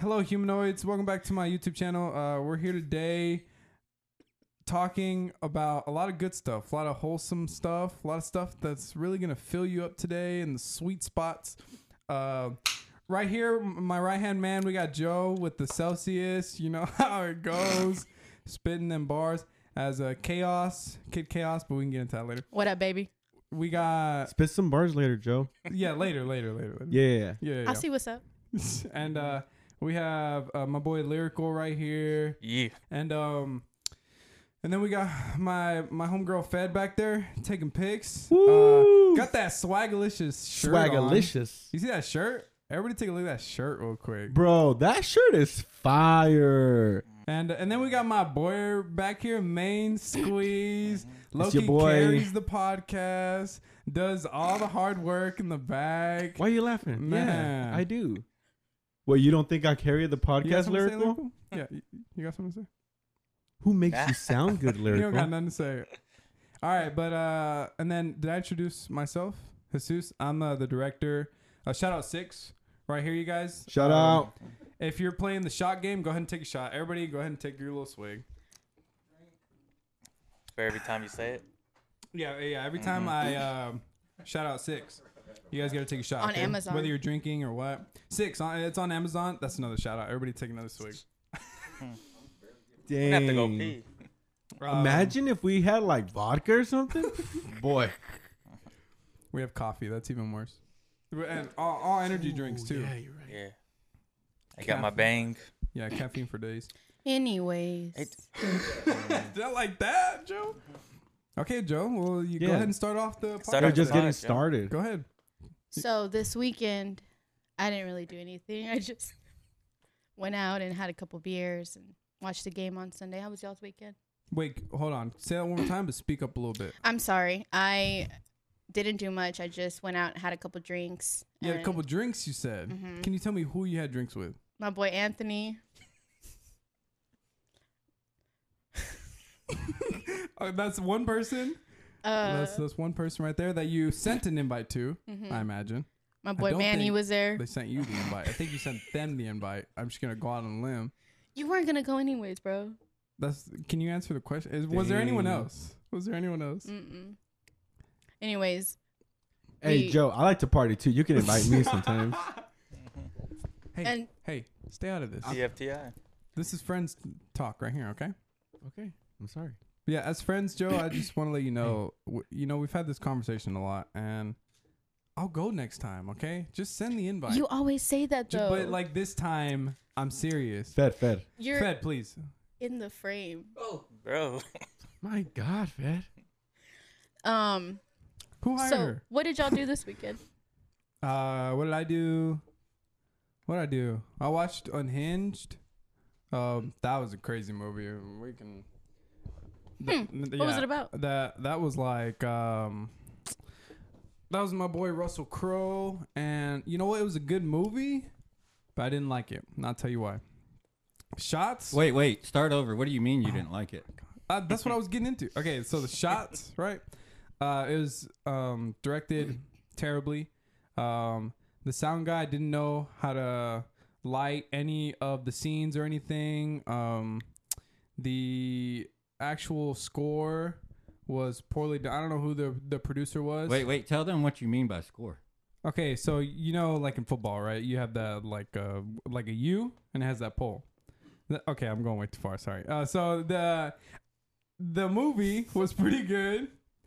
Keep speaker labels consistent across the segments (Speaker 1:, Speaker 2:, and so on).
Speaker 1: Hello, humanoids. Welcome back to my YouTube channel. Uh, we're here today talking about a lot of good stuff, a lot of wholesome stuff, a lot of stuff that's really going to fill you up today in the sweet spots. Uh, right here, m- my right hand man, we got Joe with the Celsius. You know how it goes, spitting them bars as a chaos, kid chaos, but we can get into that later.
Speaker 2: What up, baby?
Speaker 1: We got,
Speaker 3: Spit some bars later, Joe.
Speaker 1: yeah, later, later, later, later.
Speaker 3: Yeah, yeah, yeah.
Speaker 1: Yeah, yeah,
Speaker 2: I see what's up.
Speaker 1: yeah. and uh, we have uh, my boy Lyrical right here.
Speaker 4: Yeah.
Speaker 1: And um and then we got my my homegirl Fed back there taking pics. Uh,
Speaker 3: Woo!
Speaker 1: got that swagalicious shirt. on.
Speaker 3: Swagalicious.
Speaker 1: You see that shirt? Everybody take a look at that shirt real quick.
Speaker 3: Bro, that shirt is fire.
Speaker 1: And and then we got my boy back here, Main Squeeze. Loki
Speaker 3: your boy.
Speaker 1: carries the podcast, does all the hard work in the back.
Speaker 3: Why are you laughing?
Speaker 1: Man.
Speaker 3: Yeah, I do. Well, you don't think I carry the
Speaker 1: You got
Speaker 3: podcast
Speaker 1: something to say,
Speaker 3: lyrical?
Speaker 1: Lyrical? Yeah, you- you got something to say?
Speaker 3: Who makes you sound good,
Speaker 1: You don't got
Speaker 3: lyrical?
Speaker 1: nothing to say. All right, but uh, and then did I introduce myself? Jesus, I'm uh, the director. Uh, shout out six right here, you guys.
Speaker 3: Shout
Speaker 1: Um,
Speaker 3: out.
Speaker 1: If you're playing the shot game, go ahead and take a shot. Everybody, go ahead and take your little swig.
Speaker 4: For every time you say it.
Speaker 1: Yeah, yeah. Every time I um, shout out six, you guys got to take a shot
Speaker 2: Mm-hmm. On
Speaker 1: okay?
Speaker 2: Amazon.
Speaker 1: whether you're drinking or what. Six, on, it's on Amazon. That's another shout out. Everybody, take another swig.
Speaker 3: Dang.
Speaker 4: You have to go pee.
Speaker 1: Um,
Speaker 3: Imagine if we had like vodka or something. Boy.
Speaker 1: we have coffee. That's even worse. And all, all energy drinks too.
Speaker 3: Yeah, you're right.
Speaker 4: Yeah. I got my bang.
Speaker 1: yeah, caffeine for days.
Speaker 2: Anyways,
Speaker 4: It-
Speaker 1: Not like that, Joe. Okay, Joe. Well, you go
Speaker 3: Yeah.
Speaker 1: ahead and start off the.
Speaker 4: Start
Speaker 1: podcast.
Speaker 3: We're
Speaker 4: off
Speaker 3: just
Speaker 4: the pod,
Speaker 3: getting
Speaker 4: Joe.
Speaker 3: started.
Speaker 1: Go ahead.
Speaker 2: so this weekend, I didn't really do anything. I just went out and had a couple beers and watched the game on Sunday. How was y'all's weekend?
Speaker 1: Wait, hold on. Say that one more time, but speak up a little bit.
Speaker 2: I'm sorry, I didn't do much. I just went out and had a couple drinks.
Speaker 1: You had a
Speaker 2: and
Speaker 1: couple drinks. You said.
Speaker 2: Mm-hmm.
Speaker 1: Can you tell me who you had drinks with?
Speaker 2: My boy Anthony.
Speaker 1: Oh, that's one person.
Speaker 2: Uh, Mm-hmm.
Speaker 1: that's that's one person right there that you sent an invite to. I imagine
Speaker 2: my boy
Speaker 1: don't
Speaker 2: Manny
Speaker 1: think
Speaker 2: was there.
Speaker 1: they sent you the invite. I think you sent them the invite. I'm just gonna go out on a limb.
Speaker 2: You weren't gonna go anyways, bro.
Speaker 1: That's. Can you answer the question? Is, was there anyone
Speaker 3: Dang.
Speaker 1: else? Was there anyone else?
Speaker 2: Mm-mm. Anyways,
Speaker 3: Hey,
Speaker 2: We-
Speaker 3: Joe, I like to party too. You can invite me sometimes.
Speaker 1: Hey,
Speaker 2: and
Speaker 1: hey, stay out of this.
Speaker 4: TFTI.
Speaker 1: This is friends talk right here. Okay.
Speaker 3: Okay. I'm sorry.
Speaker 1: Yeah, as friends, Joe, I just want to let you know, w- you know, we've had this conversation a lot, and I'll go next time, okay? Just send the invite.
Speaker 2: you always say that
Speaker 1: Ju-
Speaker 2: though.
Speaker 1: but like this time, I'm serious.
Speaker 3: Fed, fed.
Speaker 2: you're
Speaker 1: Fed, please.
Speaker 2: in the frame.
Speaker 1: Oh.
Speaker 4: Bro.
Speaker 3: My God, fed.
Speaker 2: Um.
Speaker 1: Who hired
Speaker 2: So, what did y'all do this weekend?
Speaker 1: her? Uh, what did I do? What did I do? I watched Unhinged. Um, that was a crazy movie. We can. th- th-
Speaker 2: Hmm, What was
Speaker 1: yeah,
Speaker 2: it about?
Speaker 1: That that was like um. That was my boy Russell Crowe, and you know what? It was a good movie, but I didn't like it. And I'll tell you why. Shots.
Speaker 5: Wait, wait, start over. What do you mean you didn't like it?
Speaker 1: Uh, that's what I was getting into. Okay, so the shots, right? Uh, it was um, directed terribly. Um, the sound guy didn't know how to light any of the scenes or anything. Um, the actual score was poorly done. I don't know who the the producer was.
Speaker 5: Wait, wait, tell them what you mean by score.
Speaker 1: Okay, so you know, like in football, right? You have that like uh like a U, and it has that pole. Th- Okay, I'm going way too far. Sorry. Uh, so the the movie was pretty good.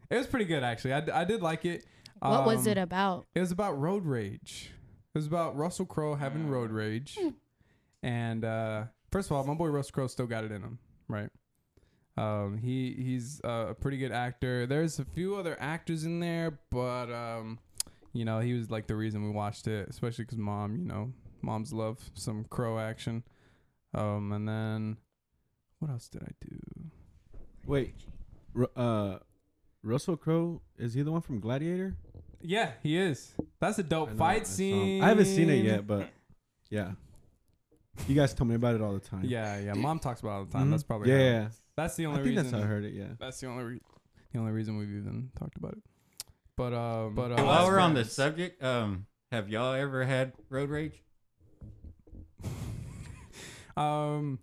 Speaker 1: It was pretty good actually. I, d- I did like it.
Speaker 2: What was
Speaker 1: Um,
Speaker 2: it about?
Speaker 1: It was about road rage. It was about Russell Crowe having road
Speaker 3: Mm.
Speaker 1: rage. And uh, first of all, my boy Russell Crowe still got it in him, right? Um, he he's uh, a pretty good actor. There's a few other actors in there, but um, you know he was like the reason we watched it, especially because mom, you know, moms love some crow action. Um, and then what else did I do?
Speaker 3: Wait, Ru- uh, Russell Crowe is he the one from Gladiator?
Speaker 1: Yeah, he is. That's a dope
Speaker 3: I know, I
Speaker 1: Oh, fight
Speaker 3: saw
Speaker 1: scene.
Speaker 3: him. I haven't seen it yet, but yeah, you guys tell me about it all the time.
Speaker 1: Yeah, yeah. Mom talks about it all the time.
Speaker 3: Mhm.
Speaker 1: That's probably
Speaker 3: yeah.
Speaker 1: her.
Speaker 3: yeah.
Speaker 1: That's the
Speaker 3: I
Speaker 1: only
Speaker 3: think
Speaker 1: reason.
Speaker 3: that's how I heard it. Yeah.
Speaker 1: That's the only re- the only reason we've even talked about it. But um, but uh,
Speaker 5: While we're on this subject, um, have y'all ever had road rage?
Speaker 1: um,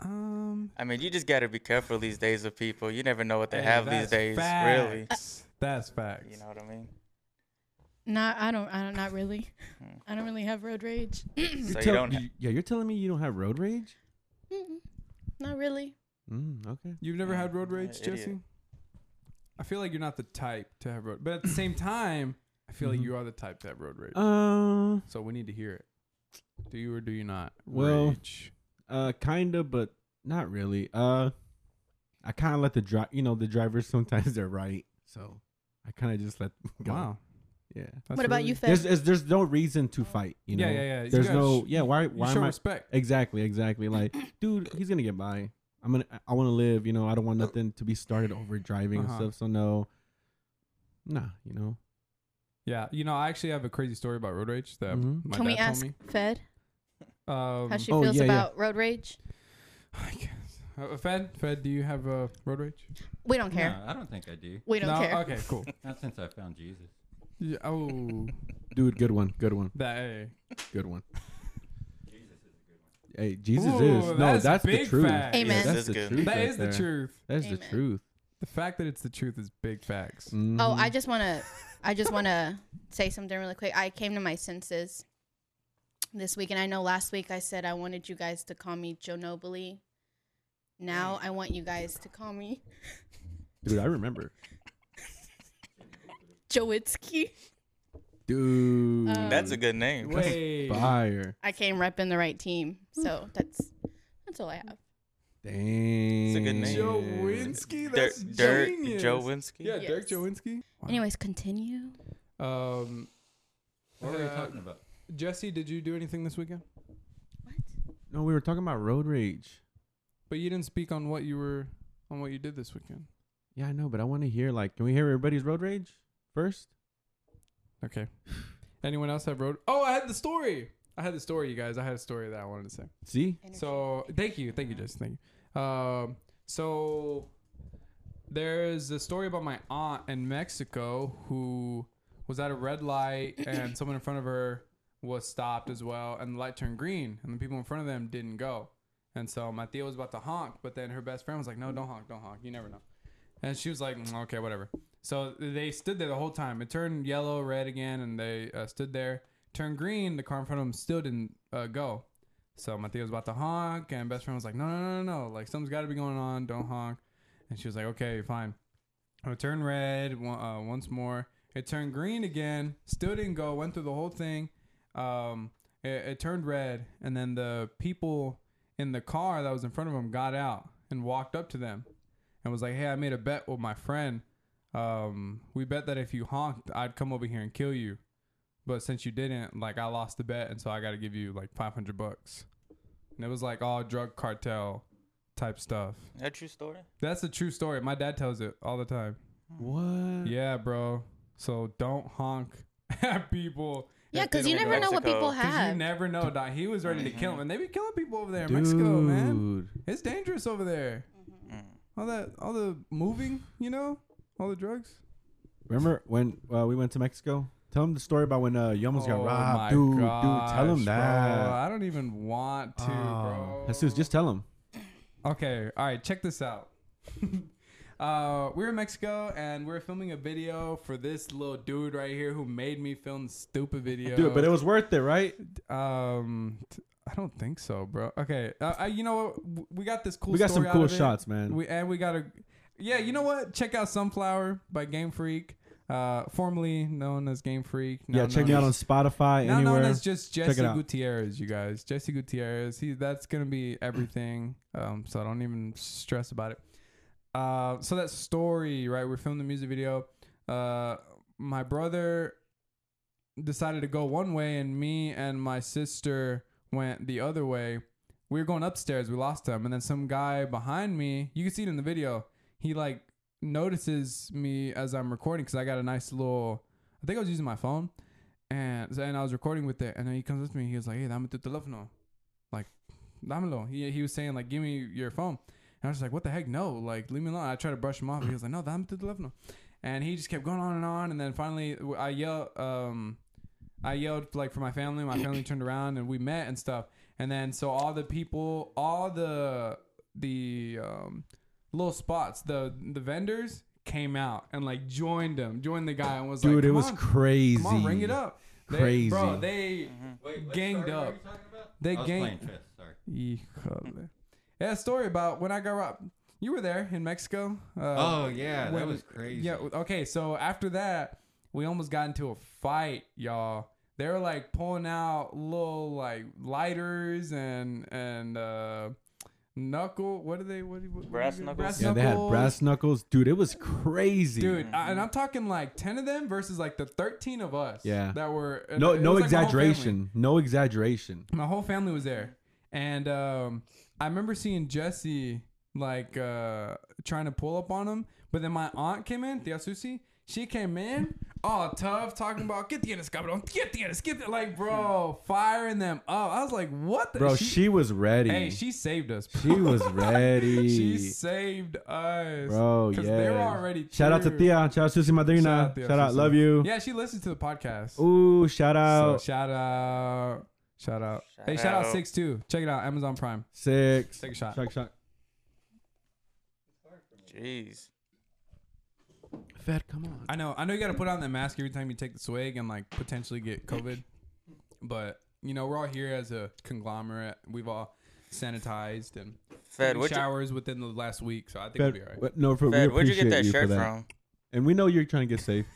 Speaker 1: um,
Speaker 4: I mean, you just got to be careful these days with people. You never know what they
Speaker 1: hey,
Speaker 4: have
Speaker 1: that's
Speaker 4: these days, really.
Speaker 2: Uh,
Speaker 1: facts. Uh, That's facts.
Speaker 4: You know what I mean?
Speaker 2: Not, I don't, I don't, not really. I don't really have road rage.
Speaker 4: So you
Speaker 3: Tell-
Speaker 4: don't.
Speaker 3: you- yeah, you're telling me you don't have road rage?
Speaker 2: Mm-mm. not really.
Speaker 3: Mm, okay.
Speaker 1: You've never had road
Speaker 4: Yeah,
Speaker 1: rage,
Speaker 4: idiot.
Speaker 1: Jesse? I feel like you're not the type to have road, but at the same time, I feel like
Speaker 3: Mhm.
Speaker 1: you are the type to have road rage.
Speaker 3: Uh,
Speaker 1: so we need to hear it. Do you or do you not?
Speaker 3: Well-
Speaker 1: rage.
Speaker 3: uh, kinda, but not really. Uh, I kind of let the drive. You know, the drivers sometimes they're right, so I kind of just let them go.
Speaker 1: wow.
Speaker 3: Yeah.
Speaker 1: that's
Speaker 2: what about
Speaker 1: really-
Speaker 2: you,
Speaker 3: There's,
Speaker 2: Fez?
Speaker 3: there's there's no reason to fight. You know.
Speaker 1: Yeah, yeah, yeah. You
Speaker 3: There's
Speaker 1: gotta
Speaker 3: no.
Speaker 1: sh-
Speaker 3: yeah. Why?
Speaker 1: You
Speaker 3: Why
Speaker 1: show
Speaker 3: am I?
Speaker 1: respect.
Speaker 3: Exactly. Exactly. Like, dude, he's gonna get by. I'm gonna. I want to live. You know. I don't want nothing to be started over driving
Speaker 1: Uh-huh.
Speaker 3: and stuff. So no. Nah. You know.
Speaker 1: Yeah, you know, I actually have a crazy story about road rage that
Speaker 3: Mhm.
Speaker 1: my
Speaker 2: Can
Speaker 1: dad
Speaker 2: we ask
Speaker 1: told me.
Speaker 2: Fed
Speaker 1: Um,
Speaker 2: how she
Speaker 3: oh,
Speaker 2: feels
Speaker 3: yeah, yeah.
Speaker 2: about road rage?
Speaker 1: I guess. Uh, Fed, Fed, do you have a uh, road rage?
Speaker 2: We don't care.
Speaker 5: No, I don't think I do.
Speaker 2: We don't
Speaker 1: no.
Speaker 2: care.
Speaker 1: Okay, cool.
Speaker 5: Not since I found Jesus.
Speaker 1: Yeah, oh,
Speaker 3: Dude, good one. Good one.
Speaker 1: that. Hey.
Speaker 3: Good one. Hey, Jesus
Speaker 1: Ooh,
Speaker 3: is no.
Speaker 1: that's
Speaker 3: That's, the
Speaker 1: big
Speaker 3: truth.
Speaker 1: facts.
Speaker 3: Yeah,
Speaker 2: Amen.
Speaker 4: Jesus
Speaker 3: That's
Speaker 4: is
Speaker 3: the
Speaker 4: good.
Speaker 3: truth.
Speaker 1: That
Speaker 3: right
Speaker 1: is
Speaker 3: there.
Speaker 1: the truth.
Speaker 3: That's the
Speaker 2: Amen.
Speaker 3: truth.
Speaker 1: The fact that it's the truth is big facts.
Speaker 2: Oh,
Speaker 3: Mhm.
Speaker 2: I just want to, I just want to say something really quick. I came to my senses this week, and I know last week I said I wanted you guys to call me Joe Nobly. Now I want you guys to call me
Speaker 3: dude, I remember.
Speaker 2: Joitsky.
Speaker 3: Dude,
Speaker 2: Um,
Speaker 4: That's a good name.
Speaker 1: Wait,
Speaker 3: fire.
Speaker 2: I came rep in the right team, so that's that's all I have.
Speaker 3: Dang.
Speaker 4: a good name.
Speaker 1: Joe Winsky.
Speaker 4: Dirk,
Speaker 1: That's
Speaker 4: Dirk
Speaker 1: genius.
Speaker 4: Jowinski.
Speaker 1: Yeah, Dirk
Speaker 2: Yes.
Speaker 1: Jowinski.
Speaker 2: Anyways, continue.
Speaker 1: Um,
Speaker 5: What were we
Speaker 1: Uh,
Speaker 5: talking about?
Speaker 1: Jesse, did you do anything this weekend?
Speaker 2: What?
Speaker 3: No, we were talking about road rage.
Speaker 1: But you didn't speak on what you were on what you did this weekend.
Speaker 3: Yeah, I know, but I want to hear like, can we hear everybody's road rage first?
Speaker 1: Okay. Anyone else have road? Oh, I had the story. I had the story, you guys. I had a story that I wanted to say.
Speaker 3: See,
Speaker 1: So thank you, thank you, Jason. Thank you. Um, so there's a story about my aunt in Mexico who was at a red light and someone in front of her was stopped as well, and the light turned green, and the people in front of them didn't go. And so my Thea was about to honk, but then her best friend was like, "No, don't honk, don't honk. You never know." And she was like, "Mm, "Okay, whatever." So they stood there the whole time. It turned yellow, red again, and they uh, stood there. Turned green. The car in front of them still didn't uh, go. So my Thea was about to honk, and best friend was like, "No, no, no, no! no. Like something's got to be going on. Don't honk." And she was like, "Okay, fine." It turned red one, uh, once more. It turned green again. Still didn't go. Went through the whole thing. Um, it, it turned red, and then the people in the car that was in front of them got out and walked up to them, and was like, "Hey, I made a bet with my friend. Um, we bet that if you honked, I'd come over here and kill you." But since you didn't, like I lost the bet, and so I got to give you like five hundred bucks, and it was like all drug cartel type stuff.
Speaker 4: That true story?
Speaker 1: That's a true story. My dad tells it all the time.
Speaker 3: what?
Speaker 1: Yeah, bro. So don't honk at people.
Speaker 2: Yeah,
Speaker 1: if they
Speaker 2: because you
Speaker 1: don't
Speaker 2: never
Speaker 1: go.
Speaker 2: know what people
Speaker 4: Mexico.
Speaker 1: 'Cause
Speaker 2: have.
Speaker 1: you never know, dog. He was ready to kill him, and they be killing people over there in
Speaker 3: Mm-hmm. dude. Mm-hmm.
Speaker 1: Mexico, man. It's dangerous over there. All that, all the moving, you know, all the drugs.
Speaker 3: Remember when uh, we went to Mexico? Tell him the story about when uh, you almost got
Speaker 1: Oh my
Speaker 3: robbed, dude. dude, tell
Speaker 1: gosh,
Speaker 3: him
Speaker 1: Bro.
Speaker 3: that. Oh.
Speaker 1: I don't even want to, bro.
Speaker 3: Jesus, just tell him.
Speaker 1: Okay, all right, check this out. uh, we were in Mexico and we were filming a video for this little dude right here who made me film the stupid video.
Speaker 3: Dude, but it was worth it, right?
Speaker 1: um, t- I don't think so, bro. Okay, uh, I, you know what? W- We got this cool.
Speaker 3: We got some
Speaker 1: story out
Speaker 3: cool
Speaker 1: of it.
Speaker 3: shots, man.
Speaker 1: We and we got a, yeah. You know what? Check out Sunflower by Game Freak. uh, formerly known as Game Freak. now
Speaker 3: yeah, check
Speaker 1: known
Speaker 3: me out on
Speaker 1: as-
Speaker 3: Spotify.
Speaker 1: Now
Speaker 3: anywhere.
Speaker 1: known as just
Speaker 3: Check it
Speaker 1: Jesse
Speaker 3: out.
Speaker 1: Gutierrez, you guys. Jesse Gutierrez. He that's gonna be everything. Um, so I don't even stress about it. Uh, so that story, right? We're filming the music video. Uh, my brother decided to go one way, and me and my sister went the other way. We were going upstairs. We lost him, and then some guy behind me. You can see it in the video. He like notices me as I'm recording because I got a nice little. I think I was using my phone and so- and I was recording with it, and then he comes up to me. He was like, "Hey, dame tu teléfono," like, "Dámelo." He he was saying like, "Give me your phone," and I was just like, "What the heck? No! Like, leave me alone." I tried to brush him off. He was like, "No, dame tu teléfono," and he just kept going on and on. And then finally, w- I yell, um, I yelled like for my family. My family turned around and we met and stuff. And then so all the people, all the the um, little spots, the the vendors came out and like joined him, joined the guy, and was like,
Speaker 3: Dude, it
Speaker 1: "Come
Speaker 3: was
Speaker 1: on,
Speaker 3: crazy.
Speaker 1: Come on, ring it up. They,
Speaker 3: Crazy.
Speaker 1: Bro, they.
Speaker 5: Wait,
Speaker 1: Ganged
Speaker 5: story were
Speaker 1: up.
Speaker 5: you talking about?
Speaker 1: They
Speaker 5: I was
Speaker 1: gang-
Speaker 5: playing chess, sorry.
Speaker 3: Mm-hmm.
Speaker 1: Híjole. Yeah, a story about when I got robbed. You were there in Mexico. Uh,
Speaker 5: Oh yeah,
Speaker 1: when-
Speaker 5: that was crazy.
Speaker 1: Yeah, okay, so after that, we almost got into a fight, y'all. They were like pulling out little like lighters and and uh knuckle. What are they? What, do- what what
Speaker 4: Brass
Speaker 1: do you-
Speaker 4: knuckles?
Speaker 3: Yeah, they had brass knuckles, dude. It was crazy.
Speaker 1: Dude, I- and I'm talking like ten of them versus like the thirteen of us.
Speaker 3: Yeah.
Speaker 1: that were and
Speaker 3: no,
Speaker 1: it
Speaker 3: no
Speaker 1: was, like, my whole family.
Speaker 3: exaggeration. No exaggeration.
Speaker 1: my whole family was there and um i remember seeing jesse like uh trying to pull up on him but then my aunt came in the susie she came in all tough talking about get the end cabron get the end get the like bro firing them up i was like what the
Speaker 3: Bro, she, was ready.
Speaker 1: hey she saved us bro.
Speaker 3: She was ready.
Speaker 1: she saved us
Speaker 3: Bro, yeah.
Speaker 1: they were already
Speaker 3: Shout out to
Speaker 1: through.
Speaker 3: Tia. Shout out to Susie Madrina. Shout out,
Speaker 1: Tia Susi.
Speaker 3: love you.
Speaker 1: yeah she listened to the podcast
Speaker 3: Ooh, shout
Speaker 1: so
Speaker 3: out.
Speaker 1: shout out shout out hey
Speaker 4: Shout
Speaker 1: shout out
Speaker 4: out.
Speaker 1: six two check it out amazon prime
Speaker 3: Six.
Speaker 1: Take a shot.
Speaker 3: Shot, shot.
Speaker 4: Jeez.
Speaker 3: Fed, come on.
Speaker 1: I know. I know you got to put on that mask every time you take the swig and like potentially get COVID. But you know, we're all here as a conglomerate. We've all sanitized and
Speaker 4: Fed,
Speaker 1: taken
Speaker 4: what'd you,
Speaker 1: showers within the last week, so I think we'll
Speaker 3: Fed,
Speaker 1: be all right.
Speaker 3: what- no, for, we
Speaker 4: Fed, where'd you
Speaker 3: appreciate
Speaker 4: get that
Speaker 3: you for
Speaker 4: shirt
Speaker 3: that.
Speaker 4: from?
Speaker 3: And we know you're trying to get safe.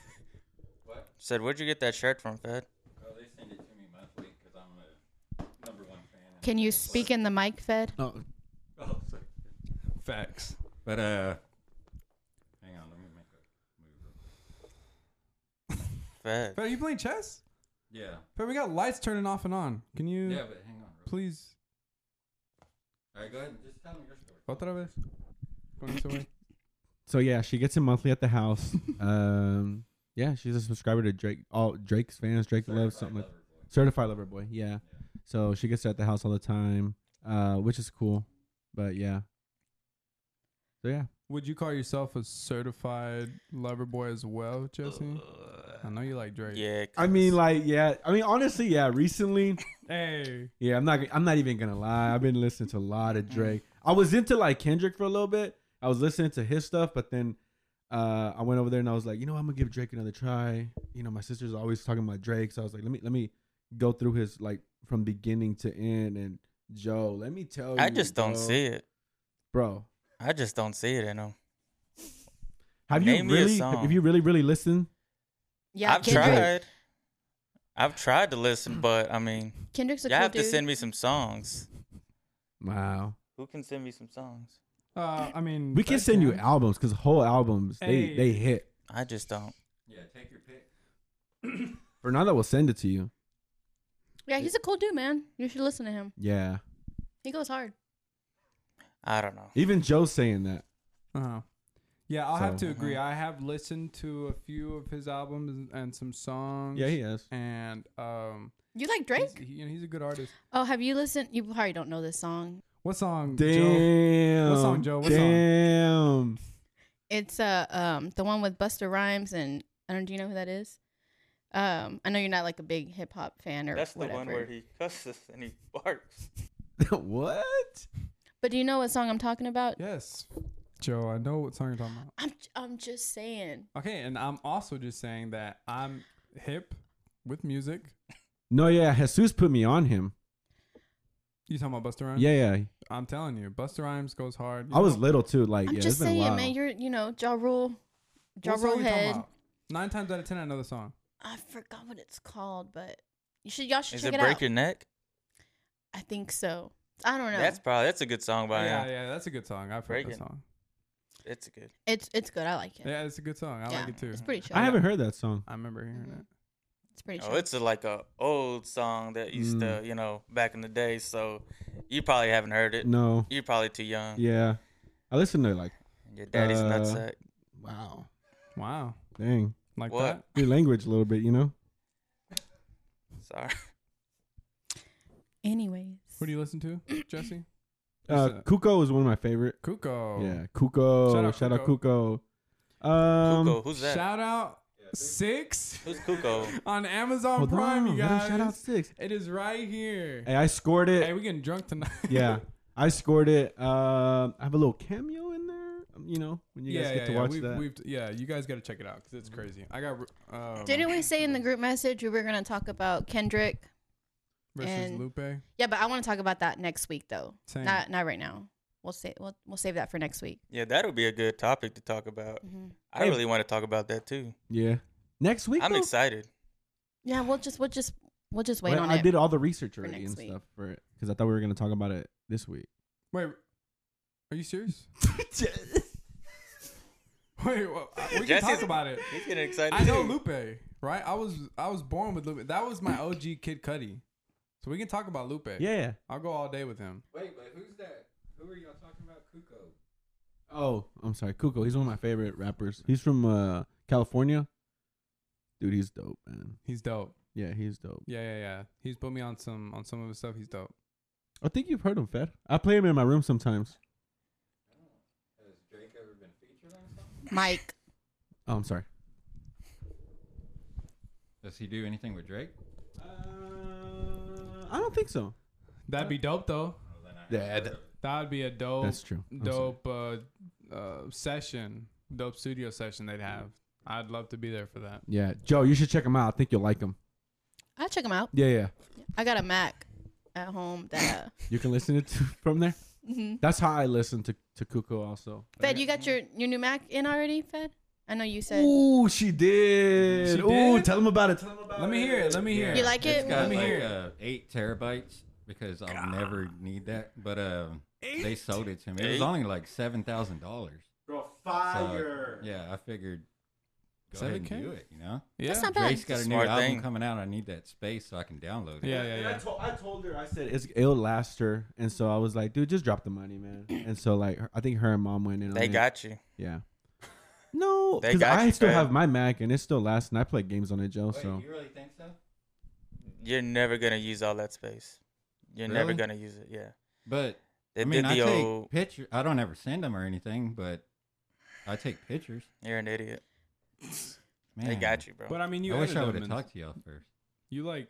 Speaker 4: Said, where'd you get that shirt from, Fed?
Speaker 5: Oh, they send it to me monthly because I'm a number one fan.
Speaker 2: Can you speak in the mic, Fed?
Speaker 3: Oh,
Speaker 5: Oh, sorry.
Speaker 1: Facts.
Speaker 5: But uh, hang on, let me make a move. real quick.
Speaker 4: Fed.
Speaker 1: But are you playing chess?
Speaker 5: Yeah,
Speaker 1: But we got lights turning off and on. Can you
Speaker 5: yeah, but hang on. Real quick.
Speaker 1: please?
Speaker 5: All right, go ahead. and Just tell me your story.
Speaker 1: Otra vez. Going this way.
Speaker 3: So yeah, she gets it monthly at the house. um, yeah, she's a subscriber to Drake. All Drake's fans, Drake loves something like certified lover boy. Yeah. So she gets it at the house all the time, uh, which is cool. But yeah. So yeah,
Speaker 1: Would you call yourself a certified lover boy as well, Jesse? I know you like Drake.
Speaker 4: Yeah.
Speaker 3: I mean, like, yeah, I mean, honestly, yeah. Recently,
Speaker 1: Hey.
Speaker 3: yeah, I'm not, I'm not even gonna lie. I've been listening to a lot of Drake. I was into like Kendrick for a little bit. I was listening to his stuff, but then uh, I went over there and I was like, you know, I'm gonna give Drake another try. You know, my sister's always talking about Drake, so I was like, let me, let me go through his like from beginning to end. And Joe, let me tell you,
Speaker 4: I just don't
Speaker 3: bro.
Speaker 4: see it.
Speaker 3: bro.
Speaker 4: I just don't see it in him.
Speaker 3: Have you
Speaker 4: Name me a
Speaker 3: really?
Speaker 4: song.
Speaker 3: Have you really, really listened?
Speaker 2: Yeah,
Speaker 4: I've
Speaker 2: Kendrick.
Speaker 4: tried. I've tried to listen, but I mean,
Speaker 2: Kendrick's a
Speaker 4: y'all
Speaker 2: cool
Speaker 4: have
Speaker 2: dude.
Speaker 4: to send me some songs.
Speaker 3: Wow.
Speaker 4: Who can send me some songs?
Speaker 1: Uh, I mean,
Speaker 3: We can
Speaker 1: I
Speaker 3: send you albums because whole albums
Speaker 1: Hey.
Speaker 3: they they hit.
Speaker 4: I just don't.
Speaker 5: Yeah, take your pick.
Speaker 3: Fernando will send it to you.
Speaker 2: yeah, he's a cool dude, man. You should listen to him.
Speaker 3: Yeah.
Speaker 2: He goes hard.
Speaker 4: I don't know.
Speaker 3: Even Joe's saying that.
Speaker 1: Uh-huh. Yeah, I'll have
Speaker 3: So- uh-huh.
Speaker 1: to agree. I have listened to a few of his albums and- and some songs.
Speaker 3: Yeah, he has.
Speaker 1: And um,
Speaker 2: You like
Speaker 1: he's,
Speaker 2: Drake?
Speaker 1: he, you know, he's a good artist.
Speaker 2: Oh, have you listened? You probably don't know this song.
Speaker 1: What song? Joe?
Speaker 3: Damn.
Speaker 1: What song, Joe? What song?
Speaker 3: Damn.
Speaker 2: It's uh um the one with Buster Rhymes and I don't do you know who that is? Um, I know you're not like a big hip hop fan or
Speaker 4: That's the
Speaker 2: whatever.
Speaker 4: one where he cusses and he barks.
Speaker 3: what?
Speaker 2: But do you know what song I'm talking about?
Speaker 1: Yes, Joe. I know what song you're talking about.
Speaker 2: I'm j- I'm just saying.
Speaker 1: Okay, and I'm also just saying that I'm hip with music.
Speaker 3: No, yeah. Jesus put me on him.
Speaker 1: You talking about Buster Rhymes?
Speaker 3: Yeah, yeah.
Speaker 1: I'm telling you, Buster Rhymes goes hard. You
Speaker 3: I was
Speaker 1: know-
Speaker 3: little too. Like,
Speaker 2: I'm
Speaker 3: yeah,
Speaker 2: just
Speaker 3: it's been a
Speaker 2: saying,
Speaker 3: while.
Speaker 2: man. You're you know Ja Rule, Ja
Speaker 1: What song
Speaker 2: Rule
Speaker 1: you talking
Speaker 2: head.
Speaker 1: about? Nine times out of ten, I know the song.
Speaker 2: I forgot what it's called, but you should y'all should
Speaker 4: Is
Speaker 2: check
Speaker 4: it
Speaker 2: it,
Speaker 4: Break
Speaker 2: out.
Speaker 4: Your Neck?
Speaker 2: I think so. I don't know.
Speaker 4: That's probably that's a good song by
Speaker 1: yeah,
Speaker 4: him.
Speaker 1: yeah, that's a good song. I've heard
Speaker 4: Break
Speaker 1: that
Speaker 4: it.
Speaker 1: song.
Speaker 4: It's good.
Speaker 2: it's it's good. I like it.
Speaker 1: Yeah, it's a good song. I
Speaker 2: Yeah,
Speaker 1: like it too.
Speaker 2: It's pretty chill.
Speaker 3: I haven't heard that song.
Speaker 1: I remember hearing
Speaker 2: Mhm.
Speaker 1: it.
Speaker 2: It's pretty chill.
Speaker 4: Oh, it's a, like a old song that used
Speaker 3: Mm.
Speaker 4: to, you know, back in the day. So you probably haven't heard it.
Speaker 3: No.
Speaker 4: You're probably too young.
Speaker 3: Mm. Yeah. I listened to it like,
Speaker 4: Your daddy's
Speaker 3: Uh,
Speaker 4: nutsack.
Speaker 3: wow.
Speaker 1: Wow,
Speaker 3: Dang.
Speaker 1: like
Speaker 4: What?
Speaker 1: that.
Speaker 3: Your language a little bit, you know?
Speaker 4: Sorry.
Speaker 2: Anyways,
Speaker 1: What do you listen to, Jesse?
Speaker 3: Uh,
Speaker 1: Who's that?
Speaker 3: Kuko is one of my favorite.
Speaker 1: Kuko.
Speaker 3: Yeah. Kuko.
Speaker 1: Shout out
Speaker 3: Shout out Kuko. Um,
Speaker 4: Kuko, who's that?
Speaker 1: Shout out six
Speaker 4: who's Kuko?
Speaker 1: on Amazon
Speaker 3: Hold
Speaker 1: Prime,
Speaker 3: on.
Speaker 1: you
Speaker 3: Let him
Speaker 1: guys.
Speaker 3: Shout out six.
Speaker 1: It is right here.
Speaker 3: Hey, I scored it.
Speaker 1: Hey, we getting drunk tonight.
Speaker 3: yeah, I scored it. Um, I have a little cameo in there. um, You know, when you
Speaker 1: yeah,
Speaker 3: guys get
Speaker 1: yeah,
Speaker 3: to
Speaker 1: yeah.
Speaker 3: watch
Speaker 1: we've,
Speaker 3: that. Mm-hmm.
Speaker 1: We've, yeah, you guys got to check it out because it's crazy. I got
Speaker 4: Oh,
Speaker 1: um,
Speaker 2: didn't we say in the group message we were gonna talk about Kendrick?
Speaker 1: versus
Speaker 2: and-
Speaker 1: Lupe.
Speaker 2: Yeah, but I want to talk about that next week though.
Speaker 1: Same.
Speaker 2: Not not right now. We'll save we'll, we'll save that for next week.
Speaker 4: Yeah, that'll be a good topic to talk about.
Speaker 2: hmm
Speaker 4: I really want to talk about that too.
Speaker 3: yeah, next week.
Speaker 4: I'm
Speaker 3: though?
Speaker 4: excited.
Speaker 2: Yeah, we'll just we'll just we'll just wait
Speaker 3: Well,
Speaker 2: on
Speaker 3: I
Speaker 2: it.
Speaker 3: did all the research
Speaker 2: for
Speaker 3: already
Speaker 2: next
Speaker 3: and
Speaker 2: week.
Speaker 3: stuff for it because I thought we were gonna talk about it this week.
Speaker 1: Wait, are you serious? Wait, well, I- we can
Speaker 4: Jesse's-
Speaker 1: talk about it.
Speaker 4: He's getting excited.
Speaker 1: I know
Speaker 4: too.
Speaker 1: Lupe, right? I was I was born with Lupe. That was my OG Kid Cudi. So we can talk about Lupe.
Speaker 3: Yeah.
Speaker 1: I'll go all day with him.
Speaker 5: Wait, but who's that? Who are y'all talking about? Kuko.
Speaker 3: Oh, I'm sorry, Kuko. He's one of my favorite rappers. He's from uh, California. Dude, he's dope, man.
Speaker 1: He's dope.
Speaker 3: Yeah, he's dope.
Speaker 1: Yeah, yeah, yeah. He's put me on some on some of his stuff. He's dope.
Speaker 3: I think you've heard him, Fed. I play him in my room sometimes.
Speaker 5: Has Drake ever been featured on something?
Speaker 2: Mike.
Speaker 3: Oh, I'm sorry.
Speaker 5: Does he do anything with Drake?
Speaker 3: Uh, I don't think so.
Speaker 1: That'd be dope though.
Speaker 3: Yeah,
Speaker 1: That'd be a dope.
Speaker 3: That's true. I'm sorry.
Speaker 1: dope uh, uh, session, dope studio session they'd have. I'd love to be there for that.
Speaker 3: Yeah, Joe, you should check him out. I think you'll like him.
Speaker 2: I'll check him out.
Speaker 3: Yeah, yeah.
Speaker 2: I got a Mac at home that.
Speaker 3: You can listen to it from there.
Speaker 2: Uh, mhm.
Speaker 3: That's how I listen to to Kuko also.
Speaker 2: Fed, you got your your new Mac in already, Fed? I know you said
Speaker 3: Ooh, she did.
Speaker 1: She
Speaker 3: Ooh,
Speaker 1: did?
Speaker 3: tell him about it. Tell him about
Speaker 1: Let me hear it. Let me hear
Speaker 5: Yeah.
Speaker 1: it.
Speaker 2: You like
Speaker 5: It's
Speaker 2: it?
Speaker 5: got
Speaker 1: Let me
Speaker 5: like
Speaker 1: hear it.
Speaker 5: uh, eight terabytes because I'll never need that. But um, they sold it to me. It was
Speaker 4: Eight?
Speaker 5: only like seven thousand dollars. Fire. yeah, I figured. Go ahead and
Speaker 1: 7K?
Speaker 5: do it. You know,
Speaker 1: yeah.
Speaker 2: That's not bad.
Speaker 5: Drake's got
Speaker 4: It's
Speaker 5: a
Speaker 4: a
Speaker 5: new
Speaker 4: smart
Speaker 5: album
Speaker 4: thing.
Speaker 5: coming out. I need that space so I can download it.
Speaker 1: yeah, yeah, yeah.
Speaker 3: I told her. I said it's, it'll last her, and so I was like, dude, just drop the money, man. And so like, her- I think her and mom went in. on
Speaker 4: They
Speaker 3: it.
Speaker 4: got you.
Speaker 3: yeah. No,
Speaker 4: They
Speaker 3: because
Speaker 4: got
Speaker 3: I
Speaker 4: you,
Speaker 3: still
Speaker 4: fam.
Speaker 3: have my Mac, and it still lasts, and I play games on it, Joe.
Speaker 5: Wait,
Speaker 3: so
Speaker 5: you really think so?
Speaker 4: You're never gonna use all that space. You're never
Speaker 5: Really?
Speaker 4: gonna use it. Yeah.
Speaker 5: But
Speaker 4: They
Speaker 5: I mean,
Speaker 4: did
Speaker 5: I
Speaker 4: the
Speaker 5: take
Speaker 4: old.
Speaker 5: picture. I don't ever send them or anything, but I take pictures.
Speaker 4: You're an idiot.
Speaker 5: Man,
Speaker 4: They got you, bro.
Speaker 1: But I mean, you.
Speaker 5: I wish
Speaker 1: edit
Speaker 5: I
Speaker 1: them
Speaker 5: would have
Speaker 1: and
Speaker 5: talked to y'all first.
Speaker 1: You like?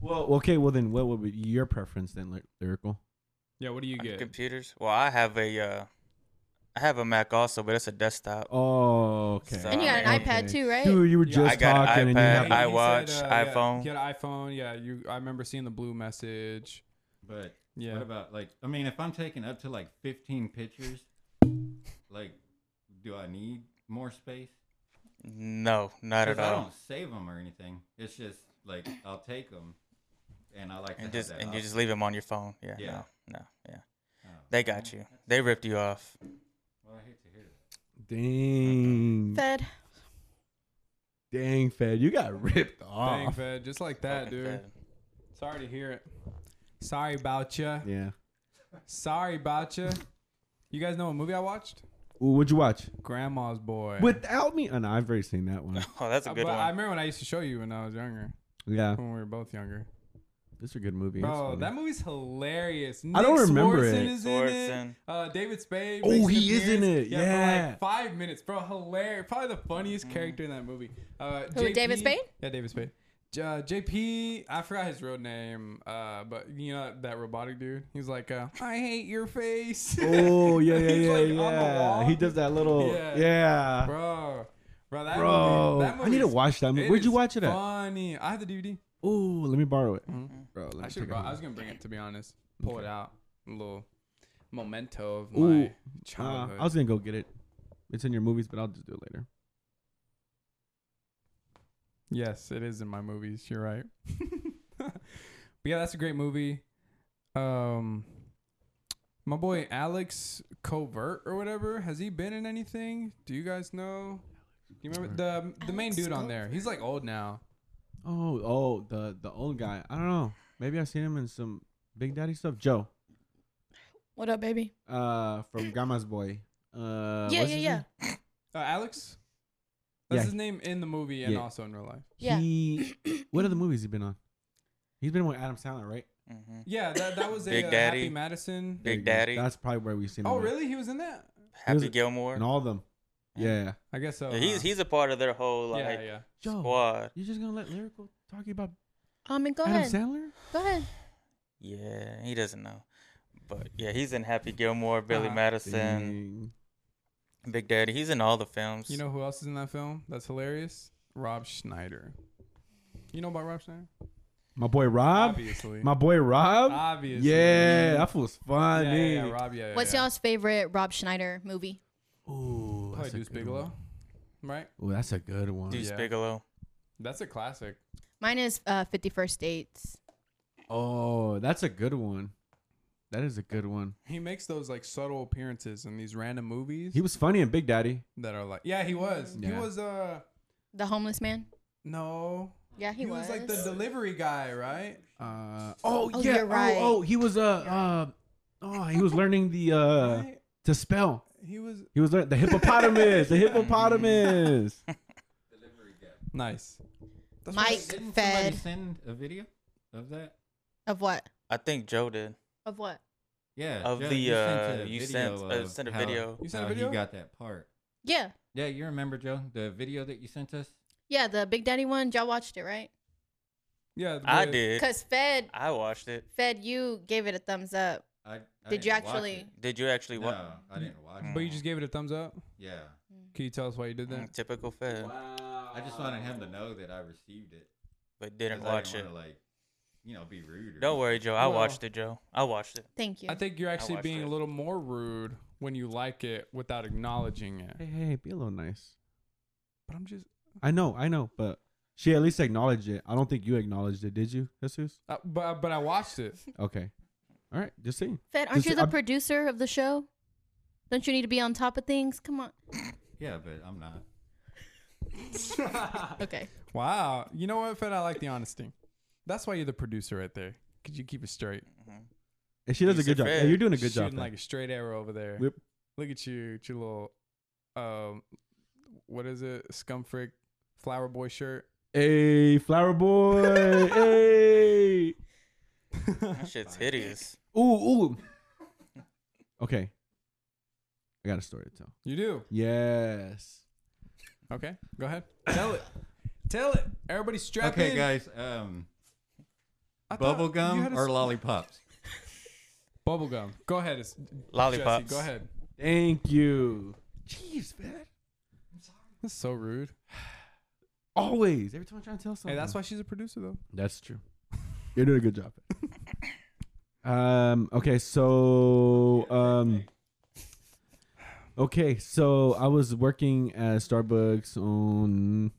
Speaker 3: well, okay. Well, then, what would be your preference then, Ly- lyrical?
Speaker 1: yeah. What do you
Speaker 4: On
Speaker 1: get?
Speaker 4: computers. Well, I have a. Uh, I have a Mac also, but it's a desktop.
Speaker 3: Oh, okay.
Speaker 4: So,
Speaker 2: And you got an
Speaker 4: Okay.
Speaker 2: iPad too, right?
Speaker 3: Dude, you were
Speaker 1: Yeah,
Speaker 3: just
Speaker 4: I got an
Speaker 3: talking, and you
Speaker 4: iPad,
Speaker 3: have
Speaker 4: I-
Speaker 1: He
Speaker 4: iWatch,
Speaker 1: uh, yeah,
Speaker 4: iPhone.
Speaker 1: he had iPhone. Yeah. You. I remember seeing the blue message.
Speaker 5: But
Speaker 1: Yeah.
Speaker 5: What about like? I mean, if I'm taking up to like 15 pictures, like, do I need more space?
Speaker 4: No, not
Speaker 5: 'Cause
Speaker 4: at
Speaker 5: I
Speaker 4: all.
Speaker 5: don't save them or anything. It's just like I'll take them, and I like
Speaker 4: And
Speaker 5: to have
Speaker 4: just
Speaker 5: that
Speaker 4: and you
Speaker 5: option.
Speaker 4: just leave them on your phone. Yeah.
Speaker 5: Yeah.
Speaker 4: No. No. Yeah.
Speaker 5: Oh,
Speaker 4: They got you. They ripped you off.
Speaker 5: Well, I hate to hear that.
Speaker 3: Dang.
Speaker 2: Fed.
Speaker 3: Dang, Fed. You got ripped
Speaker 1: Dang,
Speaker 3: off.
Speaker 1: Fed. Just like that,
Speaker 4: Fucking
Speaker 1: dude.
Speaker 4: fed.
Speaker 1: Sorry to hear it. Sorry about ya.
Speaker 3: Yeah.
Speaker 1: Sorry about ya. You guys know what movie I watched?
Speaker 3: Ooh, what'd you watch?
Speaker 1: Grandma's Boy.
Speaker 3: Without me? Oh, no, I've already seen that one.
Speaker 4: Oh, that's a
Speaker 1: Uh,
Speaker 4: good
Speaker 1: but I
Speaker 4: one.
Speaker 1: remember when I used to show you when I was younger,
Speaker 3: Yeah.
Speaker 1: when we were both younger.
Speaker 3: This is a good movie. It's
Speaker 1: Bro,
Speaker 3: funny.
Speaker 1: that movie's hilarious. Nick
Speaker 3: I don't remember
Speaker 1: Swartzen
Speaker 3: it.
Speaker 1: Is in it.
Speaker 4: Swartzen.
Speaker 1: Uh, David Spade.
Speaker 3: Oh,
Speaker 1: makes an
Speaker 3: he is in
Speaker 1: appearance.
Speaker 3: it.
Speaker 1: For
Speaker 3: Yeah.
Speaker 1: like five minutes, bro. Hilarious. Probably the funniest character in that movie. Uh,
Speaker 2: Who, David Spade?
Speaker 1: Yeah, David Spade. J- Uh, JP, I forgot his real name, uh, but you know that robotic dude. He's like, uh, I hate your face.
Speaker 3: Oh, yeah, yeah,
Speaker 1: He's,
Speaker 3: yeah,
Speaker 1: like, on the
Speaker 3: yeah.
Speaker 1: wall.
Speaker 3: He does that little.
Speaker 1: Yeah.
Speaker 3: Yeah.
Speaker 1: bro. Bro, that
Speaker 3: Bro,
Speaker 1: movie, that
Speaker 3: I need to
Speaker 1: movie's-
Speaker 3: watch that movie. Where'd you
Speaker 1: is
Speaker 3: watch it at? Mm-hmm.
Speaker 1: Funny. I have the DVD.
Speaker 3: Ooh, let me borrow it.
Speaker 1: I
Speaker 3: Bro, let me
Speaker 1: should.
Speaker 3: take
Speaker 1: Brought, I was
Speaker 3: it.
Speaker 1: gonna bring it to be honest. Pull it out. A little memento of my
Speaker 3: Ooh, uh,
Speaker 1: childhood.
Speaker 3: I was going to go get it. It's in your movies, but I'll just do it later.
Speaker 1: Yes, it is in my movies. You're right. but yeah, that's a great movie. Um, my boy Alex Covert or whatever has he been in anything? Do you guys know? Do you remember the the main
Speaker 2: Alex
Speaker 1: dude on there? He's like old now.
Speaker 3: Oh, oh, the the old guy. I don't know. Maybe I've seen him in some Big Daddy stuff. Joe,
Speaker 2: What up, baby?
Speaker 3: uh, from Gamma's Boy. Uh,
Speaker 2: yeah,
Speaker 3: what's
Speaker 2: yeah,
Speaker 3: his
Speaker 2: yeah.
Speaker 3: name?
Speaker 1: Uh, Alex. That's
Speaker 3: Yeah.
Speaker 1: his name in the movie and
Speaker 3: Yeah.
Speaker 1: also in real life.
Speaker 2: Yeah.
Speaker 3: He, what other movies he been on? He's been with Adam Sandler, right?
Speaker 4: hmm
Speaker 1: Yeah, that, that was a
Speaker 4: Big
Speaker 1: uh, Happy
Speaker 4: Daddy.
Speaker 1: Madison.
Speaker 3: There
Speaker 4: Big
Speaker 3: you go.
Speaker 4: Daddy.
Speaker 3: That's probably where we've seen him.
Speaker 1: Oh,
Speaker 3: at.
Speaker 1: really? He was in that?
Speaker 3: was
Speaker 4: Happy
Speaker 3: it-
Speaker 4: Gilmore.
Speaker 3: And all of them. Yeah.
Speaker 1: I guess so.
Speaker 4: Yeah, he's
Speaker 1: huh?
Speaker 4: he's a part of their whole like
Speaker 1: uh, yeah, yeah.
Speaker 3: Joe,
Speaker 4: squad.
Speaker 3: you're just gonna let lyrical talk about
Speaker 2: Um, and go
Speaker 3: Adam
Speaker 2: ahead.
Speaker 3: Sandler?
Speaker 2: Go ahead.
Speaker 4: Yeah, he doesn't know, but yeah, he's in Happy Gilmore, Billy
Speaker 1: Uh-huh.
Speaker 4: Madison,
Speaker 3: Dang.
Speaker 4: Big Daddy. He's in all the films.
Speaker 1: You know who else is in that film? That's hilarious. Rob Schneider. You know about Rob Schneider?
Speaker 3: My boy Rob.
Speaker 1: Obviously.
Speaker 3: My boy Rob.
Speaker 1: Obviously.
Speaker 3: Yeah, that fool's
Speaker 1: yeah,
Speaker 3: funny.
Speaker 1: yeah, yeah, Rob. Yeah. yeah,
Speaker 2: What's
Speaker 1: yeah.
Speaker 2: y'all's favorite Rob Schneider movie?
Speaker 3: Ooh,
Speaker 1: Probably
Speaker 3: that's a
Speaker 1: Deuce
Speaker 3: good
Speaker 1: Bigelow,
Speaker 3: one.
Speaker 1: right?
Speaker 3: Ooh, that's a good one.
Speaker 4: Deuce
Speaker 1: yeah.
Speaker 4: Bigelow.
Speaker 1: That's a classic.
Speaker 2: Mine is uh, Fifty First Dates.
Speaker 3: Oh, that's a good one. That is a good one.
Speaker 1: He makes those like subtle appearances in these random movies
Speaker 3: He was funny in Big Daddy.
Speaker 1: that are like, yeah, he was. He
Speaker 3: Yeah.
Speaker 1: was uh,
Speaker 2: The homeless man.
Speaker 1: no,
Speaker 2: Yeah, he, was.
Speaker 1: like the delivery guy, right?
Speaker 3: Uh, oh,
Speaker 2: Oh,
Speaker 3: yeah.
Speaker 2: you're right.
Speaker 3: Oh, oh, he was uh, uh oh, he was learning the uh
Speaker 1: Right?
Speaker 3: to spell.
Speaker 1: He was
Speaker 3: He was learning the hippopotamus. The hippopotamus.
Speaker 1: nice. That's what-
Speaker 2: Mike
Speaker 5: Didn't somebody
Speaker 2: fed
Speaker 5: send a video of that?
Speaker 2: of what?
Speaker 4: I think Joe did
Speaker 2: Of what?
Speaker 5: Yeah.
Speaker 4: of
Speaker 5: Joe,
Speaker 4: the
Speaker 5: sent
Speaker 4: uh,
Speaker 5: a
Speaker 4: you
Speaker 5: video
Speaker 4: sent uh,
Speaker 5: of
Speaker 4: sent a
Speaker 5: how-
Speaker 4: video.
Speaker 1: You sent a
Speaker 5: how he
Speaker 1: video?
Speaker 5: got that part.
Speaker 2: Yeah,
Speaker 5: Yeah, you remember Joe the video that you sent us?
Speaker 2: yeah. The Big Daddy one. Y'all watched it, right?
Speaker 1: yeah, the
Speaker 4: I
Speaker 1: boy-
Speaker 4: did.
Speaker 2: Because Fed,
Speaker 4: I watched it.
Speaker 2: Fed, you gave it a thumbs up.
Speaker 5: I, I
Speaker 2: Did
Speaker 5: didn't
Speaker 2: you
Speaker 5: watch
Speaker 2: actually-
Speaker 5: it.
Speaker 4: Did you actually watch?
Speaker 5: No, I didn't watch
Speaker 1: But
Speaker 5: it.
Speaker 1: you just gave it a thumbs up.
Speaker 5: Yeah,
Speaker 1: Can you tell us why you did that?
Speaker 4: Mm, Typical Fed,
Speaker 5: I just wanted him to know that I received it.
Speaker 4: but didn't
Speaker 5: 'cause I
Speaker 4: watch it.
Speaker 5: wanna, like, you know, be rude. Or
Speaker 4: Don't worry, Joe. I
Speaker 1: No.
Speaker 4: watched it, Joe. I watched it.
Speaker 2: Thank you.
Speaker 1: I think you're actually
Speaker 4: watched
Speaker 1: being
Speaker 4: it.
Speaker 1: a little more rude when you like it without acknowledging it.
Speaker 3: Hey, hey, hey, be a little nice.
Speaker 1: But I'm just,
Speaker 3: I know, I know, but she at least acknowledged it. I don't think you acknowledged it, did you, Jesus?
Speaker 1: uh, but but I watched it.
Speaker 3: Okay. All right, just saying.
Speaker 2: Fed, aren't
Speaker 3: Just-
Speaker 2: you the
Speaker 3: I'm-
Speaker 2: producer of the show? Don't you need to be on top of things? Come on.
Speaker 5: Yeah, but I'm not.
Speaker 2: Okay.
Speaker 1: Wow. You know what, Fed? I like the honesty. That's why you're the producer right there. Could you keep it straight?
Speaker 3: And she does
Speaker 4: You
Speaker 3: a good
Speaker 4: said
Speaker 3: job. Yeah,
Speaker 4: fair.
Speaker 3: you're doing a good
Speaker 1: Shooting
Speaker 3: job.
Speaker 1: like
Speaker 3: Like
Speaker 1: a straight arrow over there.
Speaker 3: Whip.
Speaker 1: Look at you, with your little, um, what is it? Scumfrick flower boy shirt.
Speaker 3: hey, flower boy. hey.
Speaker 4: That shit's hideous.
Speaker 3: Ooh, ooh. Okay. I got a story to tell.
Speaker 1: You do.
Speaker 3: Yes.
Speaker 1: Okay. Go ahead. Tell it. Tell it. Everybody strap
Speaker 5: Okay,
Speaker 1: in.
Speaker 5: guys. Um,
Speaker 1: I thought
Speaker 5: bubble
Speaker 1: you had
Speaker 5: gum
Speaker 1: a
Speaker 5: or
Speaker 1: s-
Speaker 5: lollipops?
Speaker 1: bubble gum. Go ahead. It's
Speaker 4: Lollipops.
Speaker 1: Jesse, go ahead.
Speaker 3: Thank you. Jeez, man.
Speaker 1: That's so rude.
Speaker 3: Always. Every time I'm trying to tell something.
Speaker 1: Hey, that's why she's a producer though.
Speaker 3: That's true. You're doing a good job. um. Okay. So. Um. Okay. So I was working at Starbucks on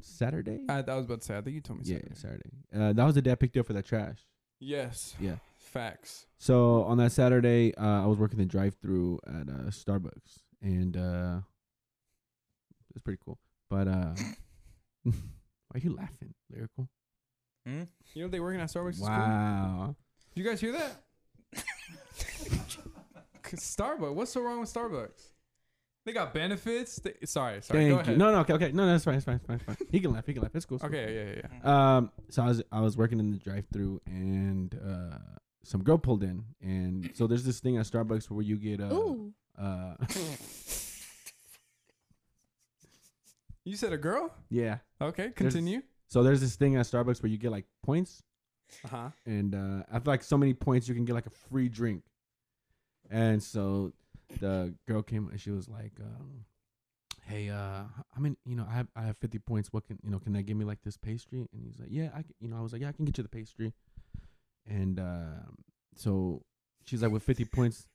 Speaker 3: Saturday.
Speaker 1: Uh, I, I was about to say. I think you told me.
Speaker 3: yeah,
Speaker 1: Saturday.
Speaker 3: Saturday. Uh, that was the day I picked you up for that trash.
Speaker 1: Yes.
Speaker 3: Yeah.
Speaker 1: Facts.
Speaker 3: So on that Saturday, uh, I was working the drive-through at uh, Starbucks, and uh, it's pretty cool. But uh, why are you laughing, lyrical?
Speaker 4: Hmm?
Speaker 1: You know they working at Starbucks. Wow.
Speaker 3: Wow.
Speaker 1: You guys hear that? 'Cause Starbucks. What's so wrong with Starbucks? They got benefits. They, sorry. Sorry.
Speaker 3: Thank
Speaker 1: go ahead.
Speaker 3: you. No, no, okay, okay, no, no, it's fine, it's fine, it's fine, it's fine. He can laugh, he can laugh. It's cool. it's cool.
Speaker 1: Okay. Yeah. Yeah. Yeah.
Speaker 3: Um, so I was I was working in the drive-through, and uh, some girl pulled in, and so there's this thing at Starbucks where you get uh,
Speaker 2: Ooh.
Speaker 3: uh,
Speaker 1: You said a girl.
Speaker 3: yeah.
Speaker 1: Okay. Continue.
Speaker 3: So there's this thing at Starbucks where you get like points,
Speaker 1: Uh huh.
Speaker 3: and uh, after like so many points, you can get like a free drink. And so the girl came and she was like, um, "Hey, uh, I mean, you know, I have I have fifty points. What can you know? Can that give me like this pastry?" And he's like, "Yeah, I can, you know." I was like, "Yeah, I can get you the um, pastry." And uh, so she's like, "With fifty points,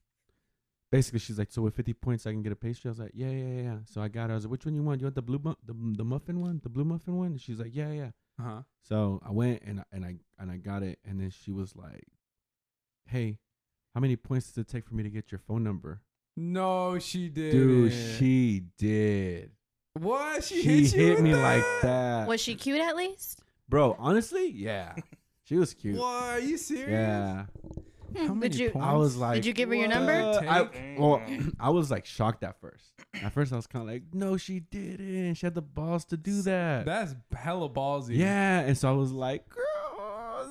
Speaker 3: basically she's like, so with 50 points, I can get a pastry. I was like, yeah, yeah, yeah, yeah. So I got her. I was like, which one you want? You want the blue, mu- the, the muffin one, the blue muffin one? And she's like, yeah, yeah.
Speaker 1: huh.
Speaker 3: So I went and I, and I and I got it, and then she was like, "Hey, how many points does it take for me to get your phone number?"
Speaker 1: No, she did.
Speaker 3: Dude, she did.
Speaker 1: what? She,
Speaker 3: She,
Speaker 1: hit,
Speaker 3: hit,
Speaker 1: you with
Speaker 3: me
Speaker 1: that?
Speaker 3: like that,
Speaker 2: Was she cute at least?
Speaker 3: bro. Honestly, yeah, she was cute.
Speaker 1: What? Are you serious?
Speaker 3: Yeah,
Speaker 1: How
Speaker 2: Hmm. Did
Speaker 1: many
Speaker 2: you?
Speaker 1: points?
Speaker 3: I was like,
Speaker 2: Did you give her your number?
Speaker 3: Uh, I,
Speaker 4: Take.
Speaker 3: well, I was like shocked at first. At first, I was kind of like, "No, she didn't. She had the balls to do that."
Speaker 1: That's hella ballsy.
Speaker 3: Yeah, and so I was like, girl.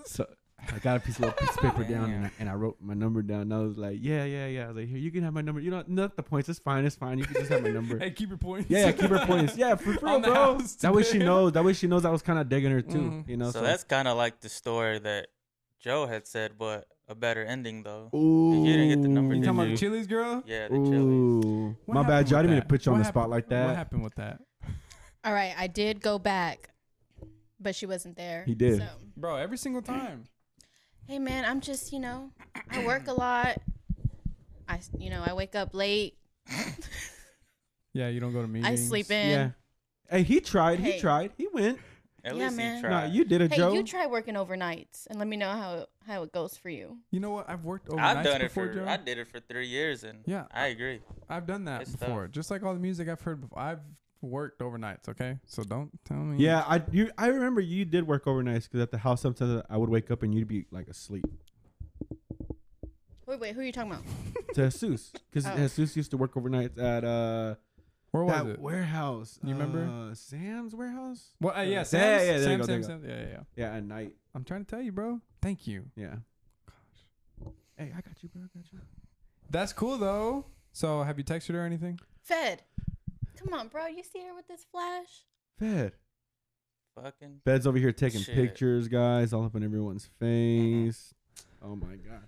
Speaker 3: So I got a piece of little piece of paper down and I, and I wrote my number down. And I was like, yeah, yeah, yeah. I was like, here, you can have my number. You know, not the points. It's fine. It's fine. You can just have my number.
Speaker 1: Hey, keep your points.
Speaker 3: yeah, yeah, keep her points. Yeah, for free,
Speaker 1: On the
Speaker 3: bro.
Speaker 1: house
Speaker 3: That way she
Speaker 1: today.
Speaker 3: knows. That way she knows I was kind of digging her too.
Speaker 1: Mhm.
Speaker 3: You know,
Speaker 4: So that's kind of like the story that Joe had said, but a better ending though.
Speaker 3: Ooh.
Speaker 4: You didn't get the number,
Speaker 1: You talking about
Speaker 4: you?
Speaker 1: the Chili's girl?
Speaker 4: Yeah, the Chili's.
Speaker 3: Ooh.
Speaker 1: What
Speaker 3: My
Speaker 1: happened
Speaker 3: bad, y'all. I
Speaker 1: with
Speaker 3: didn't mean to
Speaker 1: that?
Speaker 3: put you on
Speaker 1: What
Speaker 3: the spot
Speaker 1: happened-
Speaker 3: like
Speaker 1: What
Speaker 3: that.
Speaker 1: happened with that?
Speaker 2: All right, I did go back, but she wasn't there.
Speaker 3: He did.
Speaker 2: So.
Speaker 1: Bro, every single time.
Speaker 2: Hey man, I'm just you know, I work a lot. I s- you know I wake up late.
Speaker 1: Yeah, you don't go to meetings.
Speaker 2: I sleep in.
Speaker 3: Yeah. Hey, he tried.
Speaker 2: Hey.
Speaker 3: He tried. He went.
Speaker 4: At
Speaker 2: Yeah,
Speaker 4: least
Speaker 2: man.
Speaker 4: he
Speaker 3: Nah,
Speaker 4: tried.
Speaker 3: you did it,
Speaker 2: Hey,
Speaker 3: Joe.
Speaker 2: you try working overnights and let me know how how it goes for you.
Speaker 1: You know what? I've worked overnights
Speaker 4: I've done it
Speaker 1: before,
Speaker 4: for.
Speaker 1: Joe.
Speaker 4: I did it for three years, and
Speaker 1: Yeah.
Speaker 4: I agree.
Speaker 1: I've done that
Speaker 4: It's tough.
Speaker 1: before. Just like all the music I've heard before. I've worked overnights, okay? So don't tell me.
Speaker 3: Yeah, I you I remember you did work overnights because at the house sometimes I would wake up and you'd be like asleep.
Speaker 2: Wait, wait, who are you talking about?
Speaker 3: To Jesus, because
Speaker 2: Oh.
Speaker 3: Jesus used to work overnights at uh
Speaker 1: Where was
Speaker 3: that
Speaker 1: it?
Speaker 3: warehouse.
Speaker 1: You remember?
Speaker 3: Uh, Sam's warehouse?
Speaker 1: Well, uh, yeah,
Speaker 3: Yeah,
Speaker 1: Sam's,
Speaker 3: yeah, there you
Speaker 1: Sam,
Speaker 3: go, there
Speaker 1: Sam,
Speaker 3: you go.
Speaker 1: Sam, yeah, yeah, yeah.
Speaker 3: Yeah, at night.
Speaker 1: I'm trying to tell you, bro. Thank you.
Speaker 3: Yeah. Hey, I got you, bro. I got you.
Speaker 1: That's cool though. So, have you texted her or anything?
Speaker 2: Fed. Come on, bro. You see her with this flash?
Speaker 3: Fed.
Speaker 4: Fucking.
Speaker 3: Fed's over here taking
Speaker 4: Shit.
Speaker 3: pictures, guys, all up in everyone's face. Oh my god.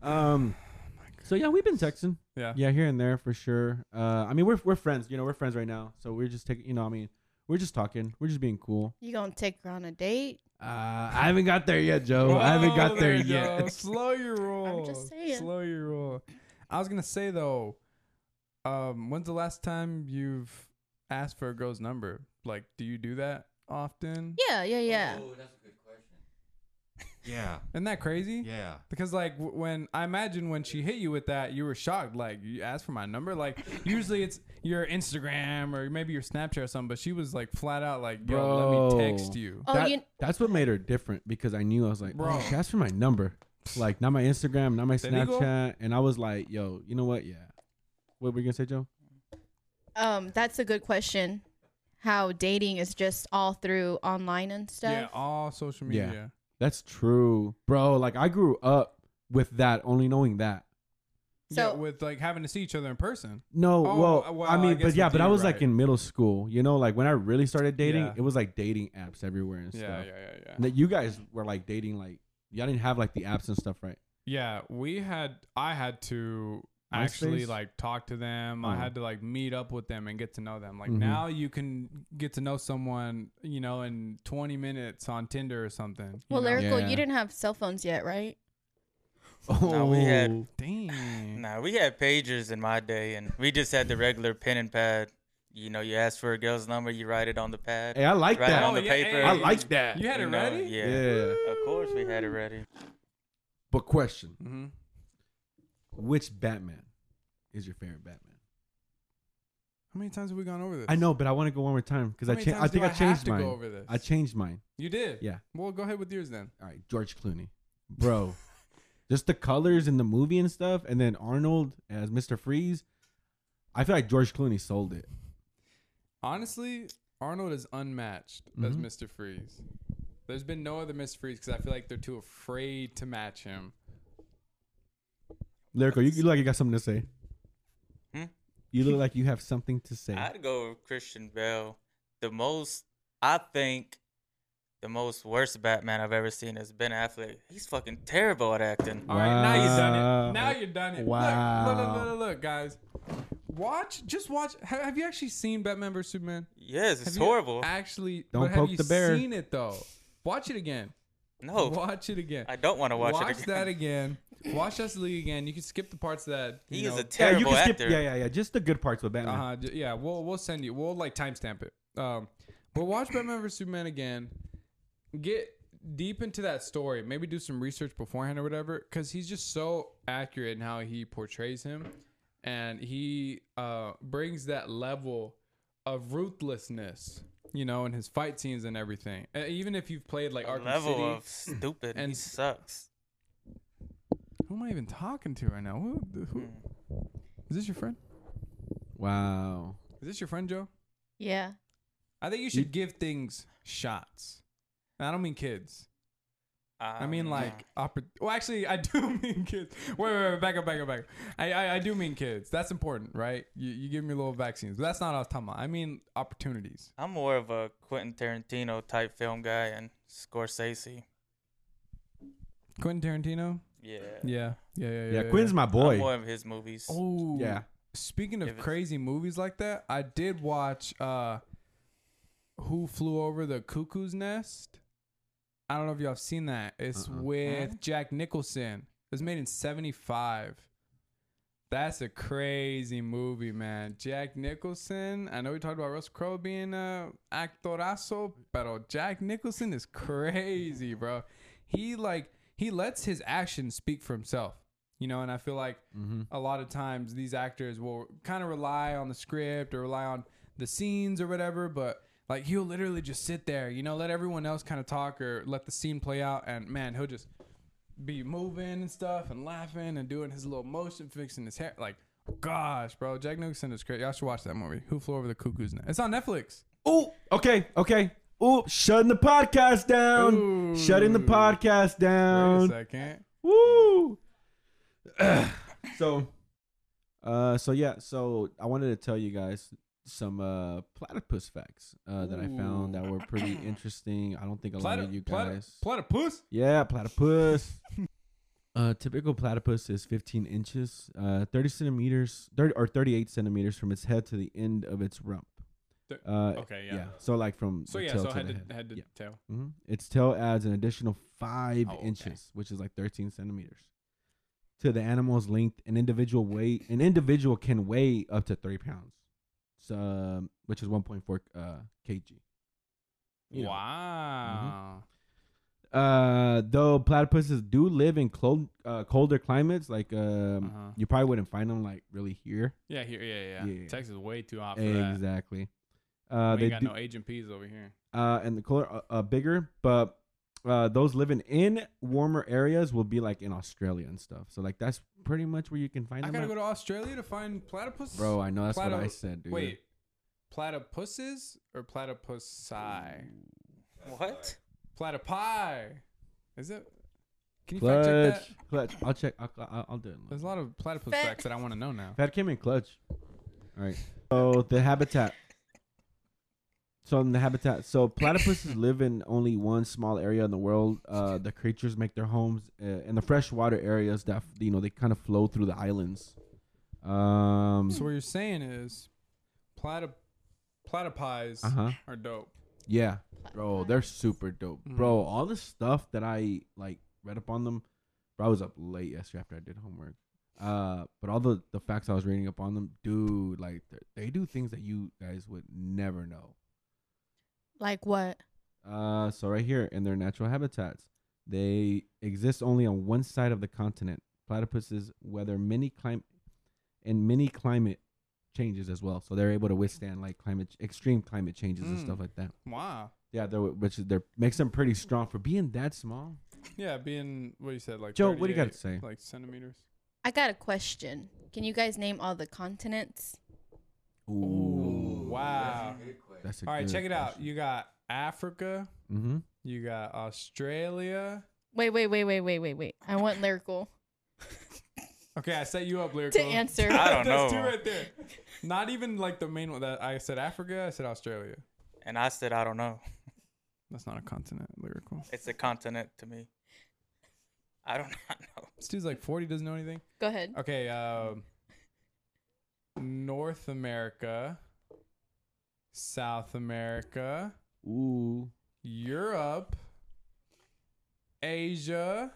Speaker 3: Um. So yeah, we've been texting.
Speaker 1: Yeah.
Speaker 3: Yeah, here and there for sure. Uh, I mean, we're we're friends. You know, we're friends right now. So we're just taking. You know, I mean, we're just talking. We're just being cool.
Speaker 2: You gonna take her on a date?
Speaker 3: Uh, I haven't got there yet, Joe.
Speaker 1: Whoa,
Speaker 3: Oh, I haven't got there,
Speaker 1: Oh, you go.
Speaker 3: yet.
Speaker 1: Slow your roll.
Speaker 2: just saying.
Speaker 1: Slow your roll. I was gonna say though, um, when's the last time you've asked for a girl's number? Like, do you do that often?
Speaker 2: Yeah, yeah, yeah.
Speaker 5: Oh, that's a good question. Yeah.
Speaker 1: Isn't that crazy?
Speaker 5: Yeah.
Speaker 1: Because like w- when I imagine when she hit you with that, you were shocked. Like you asked for my number. Like usually it's your Instagram or maybe your Snapchat or something. But she was like flat out like, "Yo, let
Speaker 3: Bro.
Speaker 1: me text you."
Speaker 2: Oh,
Speaker 3: That-
Speaker 2: you-
Speaker 3: That's what made her different because I knew I was like,
Speaker 1: Bro.
Speaker 3: oh, she asked for my number, like not my Instagram, not my
Speaker 1: There you go.
Speaker 3: Snapchat, and I was like, yo, you know what? Yeah. What were you gonna say, Joe?
Speaker 2: Um, that's a good question. How dating is just all through online and
Speaker 1: Yeah,
Speaker 2: stuff.
Speaker 1: all social
Speaker 3: Yeah.
Speaker 1: media.
Speaker 3: That's true, bro. Like I grew up with that, only knowing that.
Speaker 1: So
Speaker 2: So-
Speaker 1: with like having to see each other in person.
Speaker 3: No,
Speaker 1: Oh,
Speaker 3: well,
Speaker 1: well,
Speaker 3: I
Speaker 1: I
Speaker 3: mean,
Speaker 1: guess
Speaker 3: but yeah,
Speaker 1: with
Speaker 3: but I
Speaker 1: you,
Speaker 3: was
Speaker 1: right.
Speaker 3: like in middle school, you know, like when I really started dating,
Speaker 1: Yeah.
Speaker 3: it was like dating apps everywhere and
Speaker 1: Yeah,
Speaker 3: stuff.
Speaker 1: yeah, yeah, yeah.
Speaker 3: And that you guys were like dating, like y'all didn't have like the apps and stuff, right?
Speaker 1: Yeah, we had I had to actually
Speaker 3: MySpace?
Speaker 1: like talk to them. I
Speaker 3: Oh.
Speaker 1: had to like meet up with them and get to know them. Like
Speaker 3: Mhm.
Speaker 1: now you can get to know someone, you know, in 20 minutes on Tinder or something. you
Speaker 2: well,
Speaker 1: know?
Speaker 2: lyrical,
Speaker 3: Yeah.
Speaker 2: you didn't have cell phones yet, right?
Speaker 3: Oh,
Speaker 4: No, we had-
Speaker 1: Dang.
Speaker 4: Nah, we had pagers in my day, and we just had the regular pen and pad. You know, you ask for a girl's number, you write it on the pad.
Speaker 3: hey, I like
Speaker 4: Right
Speaker 3: that.
Speaker 4: on the
Speaker 1: Oh, yeah,
Speaker 4: paper.
Speaker 1: hey,
Speaker 3: I like that.
Speaker 1: You had
Speaker 4: You
Speaker 1: it
Speaker 4: know,
Speaker 1: ready?
Speaker 4: Yeah.
Speaker 3: yeah.
Speaker 4: Of course, we had it ready.
Speaker 3: But question:
Speaker 1: Mm-hmm.
Speaker 3: Which Batman is your favorite Batman?
Speaker 1: How many times have we gone over this?
Speaker 3: I know, but I want to go one more time because
Speaker 1: Uh, How
Speaker 3: I
Speaker 1: many
Speaker 3: cha- I
Speaker 1: times do
Speaker 3: think I
Speaker 1: I have
Speaker 3: changed
Speaker 1: to go
Speaker 3: mine.
Speaker 1: over this?
Speaker 3: I changed mine.
Speaker 1: You did.
Speaker 3: Yeah.
Speaker 1: Well, go ahead with yours then.
Speaker 3: All right, George Clooney, bro. Just the colors in the movie and stuff, and then Arnold as Mister Freeze. I feel like George Clooney sold it.
Speaker 1: Honestly, Arnold is unmatched as
Speaker 3: Mhm.
Speaker 1: Mr. Freeze. There's been no other Mr. Freeze because I feel like they're too afraid to match him.
Speaker 3: Lyrical, you, you look like you got something to say.
Speaker 4: Hmm?
Speaker 3: You look like you have something to say.
Speaker 4: I'd go with Christian Bell. The most, I think, the most worst Batman I've ever seen is Ben Affleck. He's fucking terrible at acting.
Speaker 1: All right, now you've done
Speaker 3: Wow.
Speaker 1: it. Now you've done it. Look, look, look,
Speaker 3: Wow.
Speaker 1: look, look, guys. Watch, just watch. Have, have you actually seen Batman vs Superman?
Speaker 4: Yes,
Speaker 1: Have
Speaker 4: it's
Speaker 1: you
Speaker 4: horrible.
Speaker 1: Actually,
Speaker 3: Don't
Speaker 1: but have
Speaker 3: poke
Speaker 1: you
Speaker 3: the bear.
Speaker 1: seen it though? Watch it again.
Speaker 4: no,
Speaker 1: Watch it again.
Speaker 4: Oh. I don't want to watch,
Speaker 1: watch
Speaker 4: it again.
Speaker 1: that again. Watch Justice League again. You can skip the parts that
Speaker 4: He
Speaker 1: you
Speaker 4: is
Speaker 1: know,
Speaker 4: a
Speaker 3: yeah,
Speaker 4: terrible
Speaker 3: you can skip,
Speaker 4: actor.
Speaker 3: Yeah, yeah, yeah. Just the good parts with Batman.
Speaker 1: Uh-huh. j- Yeah, we'll we'll send you. We'll like timestamp it. Um, but watch Batman vs Superman again. Get deep into that story. Maybe do some research beforehand or whatever, because he's just so accurate in how he portrays him, and he uh brings that level of ruthlessness, you know, in his fight scenes and everything. Uh, even if you've played like Arkham
Speaker 4: level
Speaker 1: City,
Speaker 4: of stupid.
Speaker 1: and-
Speaker 4: he sucks.
Speaker 1: who am I even talking to right now? Who, who
Speaker 4: Hmm.
Speaker 1: is this? Your friend?
Speaker 3: Wow.
Speaker 1: Is this your friend, Joe?
Speaker 2: Yeah.
Speaker 1: I think you should give things shots. And I don't mean kids. I mean
Speaker 4: Um,
Speaker 1: like oppor- well actually I do mean kids. Wait, wait, wait, back up, back up, back up. I, I, I do mean kids. That's important, right? You, you give me little vaccines. But that's not what I was talking about. I mean opportunities.
Speaker 4: I'm more of a Quentin Tarantino type film guy and Scorsese.
Speaker 1: Quentin Tarantino?
Speaker 4: Yeah.
Speaker 1: Yeah. Yeah, yeah, yeah.
Speaker 3: Yeah, Quinn's my
Speaker 4: I'm more
Speaker 3: boy.
Speaker 4: of his movies.
Speaker 1: Oh
Speaker 3: Yeah.
Speaker 1: Speaking
Speaker 4: If
Speaker 1: of
Speaker 4: it's-
Speaker 1: crazy movies like that, I did watch uh Who Flew Over the Cuckoo's Nest. I don't know if y'all have seen that. It's
Speaker 3: Uh-uh.
Speaker 1: with Jack Nicholson. It was made in 75. That's a crazy movie, man. Jack Nicholson. I know we talked about Russell Crowe being a actorazo, pero Jack Nicholson is crazy, bro. He like he lets his actions speak for himself. You know, and I feel like
Speaker 3: Mhm.
Speaker 1: a lot of times these actors will kind of rely on the script or rely on the scenes or whatever, but like he'll literally just sit there, you know, let everyone else kind of talk or let the scene play out, and man, he'll just be moving and stuff and laughing and doing his little motion, fixing his hair. Like, gosh, bro, Jack Nicholson is great. Y'all should watch that movie. Who flew over the cuckoo's nest? It's on Netflix.
Speaker 3: Ooh. Okay. Okay. Ooh. Shutting the podcast down.
Speaker 1: Ooh.
Speaker 3: Shutting the podcast
Speaker 1: Wait a
Speaker 3: down.
Speaker 1: second.
Speaker 3: Woo. so, uh, so yeah. So I wanted to tell you guys some uh platypus facts uh that I found that were pretty interesting. I don't think a lot
Speaker 1: Platy-
Speaker 3: of you
Speaker 1: platy-
Speaker 3: guys.
Speaker 1: platypus.
Speaker 3: Yeah, platypus. uh, typical platypus is 15 inches, uh, 30 centimeters, 30 or 38 centimeters from its head to the end of its rump.
Speaker 1: Thir-
Speaker 3: Uh,
Speaker 1: okay, yeah.
Speaker 3: yeah. So like from
Speaker 1: So
Speaker 3: the
Speaker 1: yeah,
Speaker 3: tail
Speaker 1: so
Speaker 3: to
Speaker 1: head
Speaker 3: the
Speaker 1: to
Speaker 3: head.
Speaker 1: head to
Speaker 3: Yeah.
Speaker 1: tail.
Speaker 3: Mhm. Its tail adds an additional five
Speaker 1: Oh, okay.
Speaker 3: inches, which is like 13 centimeters. To the animal's length, an individual weight, an individual can weigh up to three pounds, so, um, which is 1.4 uh, kg. You know,
Speaker 1: Wow.
Speaker 3: uh, though platypuses do live in cold, uh, colder climates, like um,
Speaker 1: Uh-huh.
Speaker 3: you probably wouldn't find them like really here.
Speaker 1: Yeah, here, yeah, yeah.
Speaker 3: Yeah.
Speaker 1: Texas is way too hot for that.
Speaker 3: Exactly. Uh,
Speaker 1: we
Speaker 3: they
Speaker 1: ain't got
Speaker 3: do,
Speaker 1: no agent P's over here.
Speaker 3: uh, and the color uh, uh, bigger, but uh, those living in warmer areas will be like in Australia and stuff. So like that's pretty much where you can find
Speaker 1: I
Speaker 3: them.
Speaker 1: gotta go
Speaker 3: at.
Speaker 1: to Australia to find platypus.
Speaker 3: Bro, I know that's what
Speaker 1: Plato-
Speaker 3: I said, dude.
Speaker 1: Wait, platypuses or platypusi?
Speaker 4: What?
Speaker 1: Platypi. Is it? Can you fact check that?
Speaker 3: clutch, clutch. I'll check. I'll, I'll, I'll do it.
Speaker 1: There's a lot of platypus
Speaker 2: Fa-
Speaker 1: facts that I want to know now.
Speaker 3: That came in clutch. All right. So the habitat. So in the habitat, so platypuses live in only one small area in the world. Uh, the creatures make their homes uh, in the freshwater areas that you know they kind of flow through the islands. Um.
Speaker 1: So what you're saying is, platy- platypies
Speaker 3: Uh huh.
Speaker 1: are dope.
Speaker 3: Yeah, bro, they're super dope, bro. All the stuff that I like read up on them, bro. I was up late yesterday after I did homework. Uh, but all the the facts I was reading up on them, dude, like they're- they do things that you guys would never know.
Speaker 2: Like what?
Speaker 3: Uh, so right here in their natural habitats, they exist only on one side of the continent. Platypuses weather many clim and many climate changes as well, so they're able to withstand like climate extreme climate changes and
Speaker 1: Mm.
Speaker 3: stuff like that.
Speaker 1: Wow.
Speaker 3: Yeah, they're, which is they're makes them pretty strong for being that small.
Speaker 1: Yeah, being what you said, like
Speaker 3: Joe, what do you gotta
Speaker 1: 38,
Speaker 3: say?
Speaker 1: Like centimeters.
Speaker 2: I got a question. Can you guys name all the continents?
Speaker 1: Ooh, wow.
Speaker 3: That's a
Speaker 1: All right, check it out. You got Africa.
Speaker 3: mm-hmm.
Speaker 1: You got Australia.
Speaker 2: Wait, wait, wait, wait, wait, wait, wait. I want lyrical
Speaker 1: Okay, I set you up, lyrical.
Speaker 2: to answer.
Speaker 4: I don't
Speaker 1: That's
Speaker 4: know.
Speaker 1: two right there. Not even like the main one that I said Africa, I said Australia.
Speaker 4: And I said I don't know.
Speaker 1: That's not a continent, lyrical.
Speaker 4: It's a continent to me. I don't know.
Speaker 1: This dude's like 40, doesn't know anything.
Speaker 2: Go ahead.
Speaker 1: Okay, um, North America, South America,
Speaker 3: Ooh,
Speaker 1: Europe, Asia,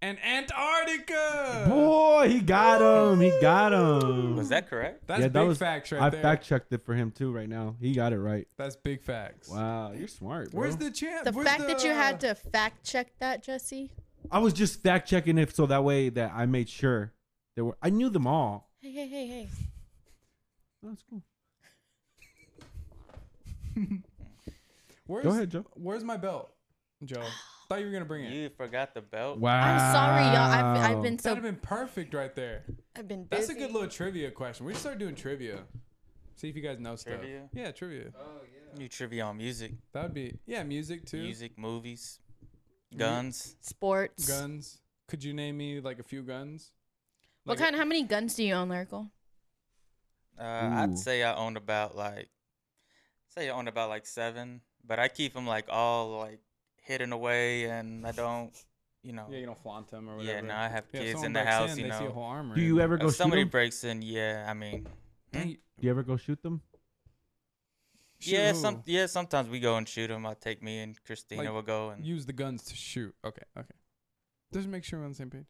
Speaker 1: and Antarctica.
Speaker 3: Boy, he got him. He got him.
Speaker 4: Was that correct?
Speaker 1: That's
Speaker 3: yeah,
Speaker 1: big
Speaker 3: that was.
Speaker 1: facts right
Speaker 3: I
Speaker 1: there.
Speaker 3: fact checked it for him too. Right now, he got it right.
Speaker 1: That's big facts.
Speaker 3: Wow, you're smart. Bro.
Speaker 1: Where's the chance?
Speaker 2: The fact that you had to fact check that, Jesse.
Speaker 3: I was just fact checking it so that way that I made sure there were. I knew them all.
Speaker 2: Hey, hey, hey, hey.
Speaker 3: That's cool.
Speaker 1: Where's,
Speaker 3: Go ahead, Joe.
Speaker 1: Where's my belt, Joe? Thought you were gonna bring it.
Speaker 4: You forgot the belt.
Speaker 3: Wow.
Speaker 2: I'm sorry, y'all. I've, I've been so
Speaker 1: That'd have been perfect right there.
Speaker 2: I've been busy.
Speaker 1: That's a good little trivia question. We should start doing trivia. See if you guys know stuff.
Speaker 4: Trivia?
Speaker 1: Yeah, trivia.
Speaker 4: New trivia on music,
Speaker 1: That would be yeah, music too.
Speaker 4: music, movies, guns.
Speaker 2: sports.
Speaker 1: Guns. Could you name me like a few guns?
Speaker 2: What kind? How many guns do you own, Lyrical?
Speaker 4: Uh, I'd
Speaker 3: Ooh.
Speaker 4: say I own about like, say I own about like seven, but I keep them like all like hidden away, and I don't, you know.
Speaker 1: Yeah, you don't flaunt them or
Speaker 4: Yeah,
Speaker 1: whatever.
Speaker 4: no, I have
Speaker 1: if
Speaker 4: kids
Speaker 1: someone
Speaker 4: in the
Speaker 1: breaks
Speaker 4: house,
Speaker 1: in,
Speaker 4: you
Speaker 1: they See a
Speaker 4: know.
Speaker 1: whole armory.
Speaker 3: Do you ever go
Speaker 4: If
Speaker 3: shoot
Speaker 4: somebody
Speaker 3: them?
Speaker 4: breaks in, yeah, I mean,
Speaker 1: Dang,
Speaker 3: Do you ever go shoot them?
Speaker 1: shoot
Speaker 4: yeah,
Speaker 1: who?
Speaker 4: some yeah. Sometimes we go and shoot them. I take me and Christina.
Speaker 1: Like,
Speaker 4: will go and
Speaker 1: use the guns to shoot. Okay, okay. Just make sure we're on the same page.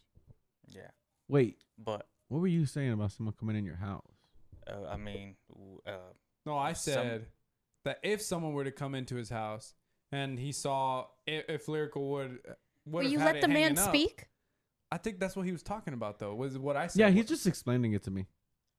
Speaker 4: yeah.
Speaker 3: Wait,
Speaker 4: But
Speaker 3: what were you saying about someone coming in your house?
Speaker 4: uh, I mean, w- uh,
Speaker 1: No, I
Speaker 4: Some-
Speaker 1: said that if someone were to come into his house and he saw if, if lyrical would, would
Speaker 2: Will
Speaker 1: have
Speaker 2: you
Speaker 1: had
Speaker 2: let
Speaker 1: it
Speaker 2: the man
Speaker 1: hanging up.
Speaker 2: speak?
Speaker 1: I think that's what he was talking about though. Was what I said.
Speaker 3: Yeah, he's just explaining it to me.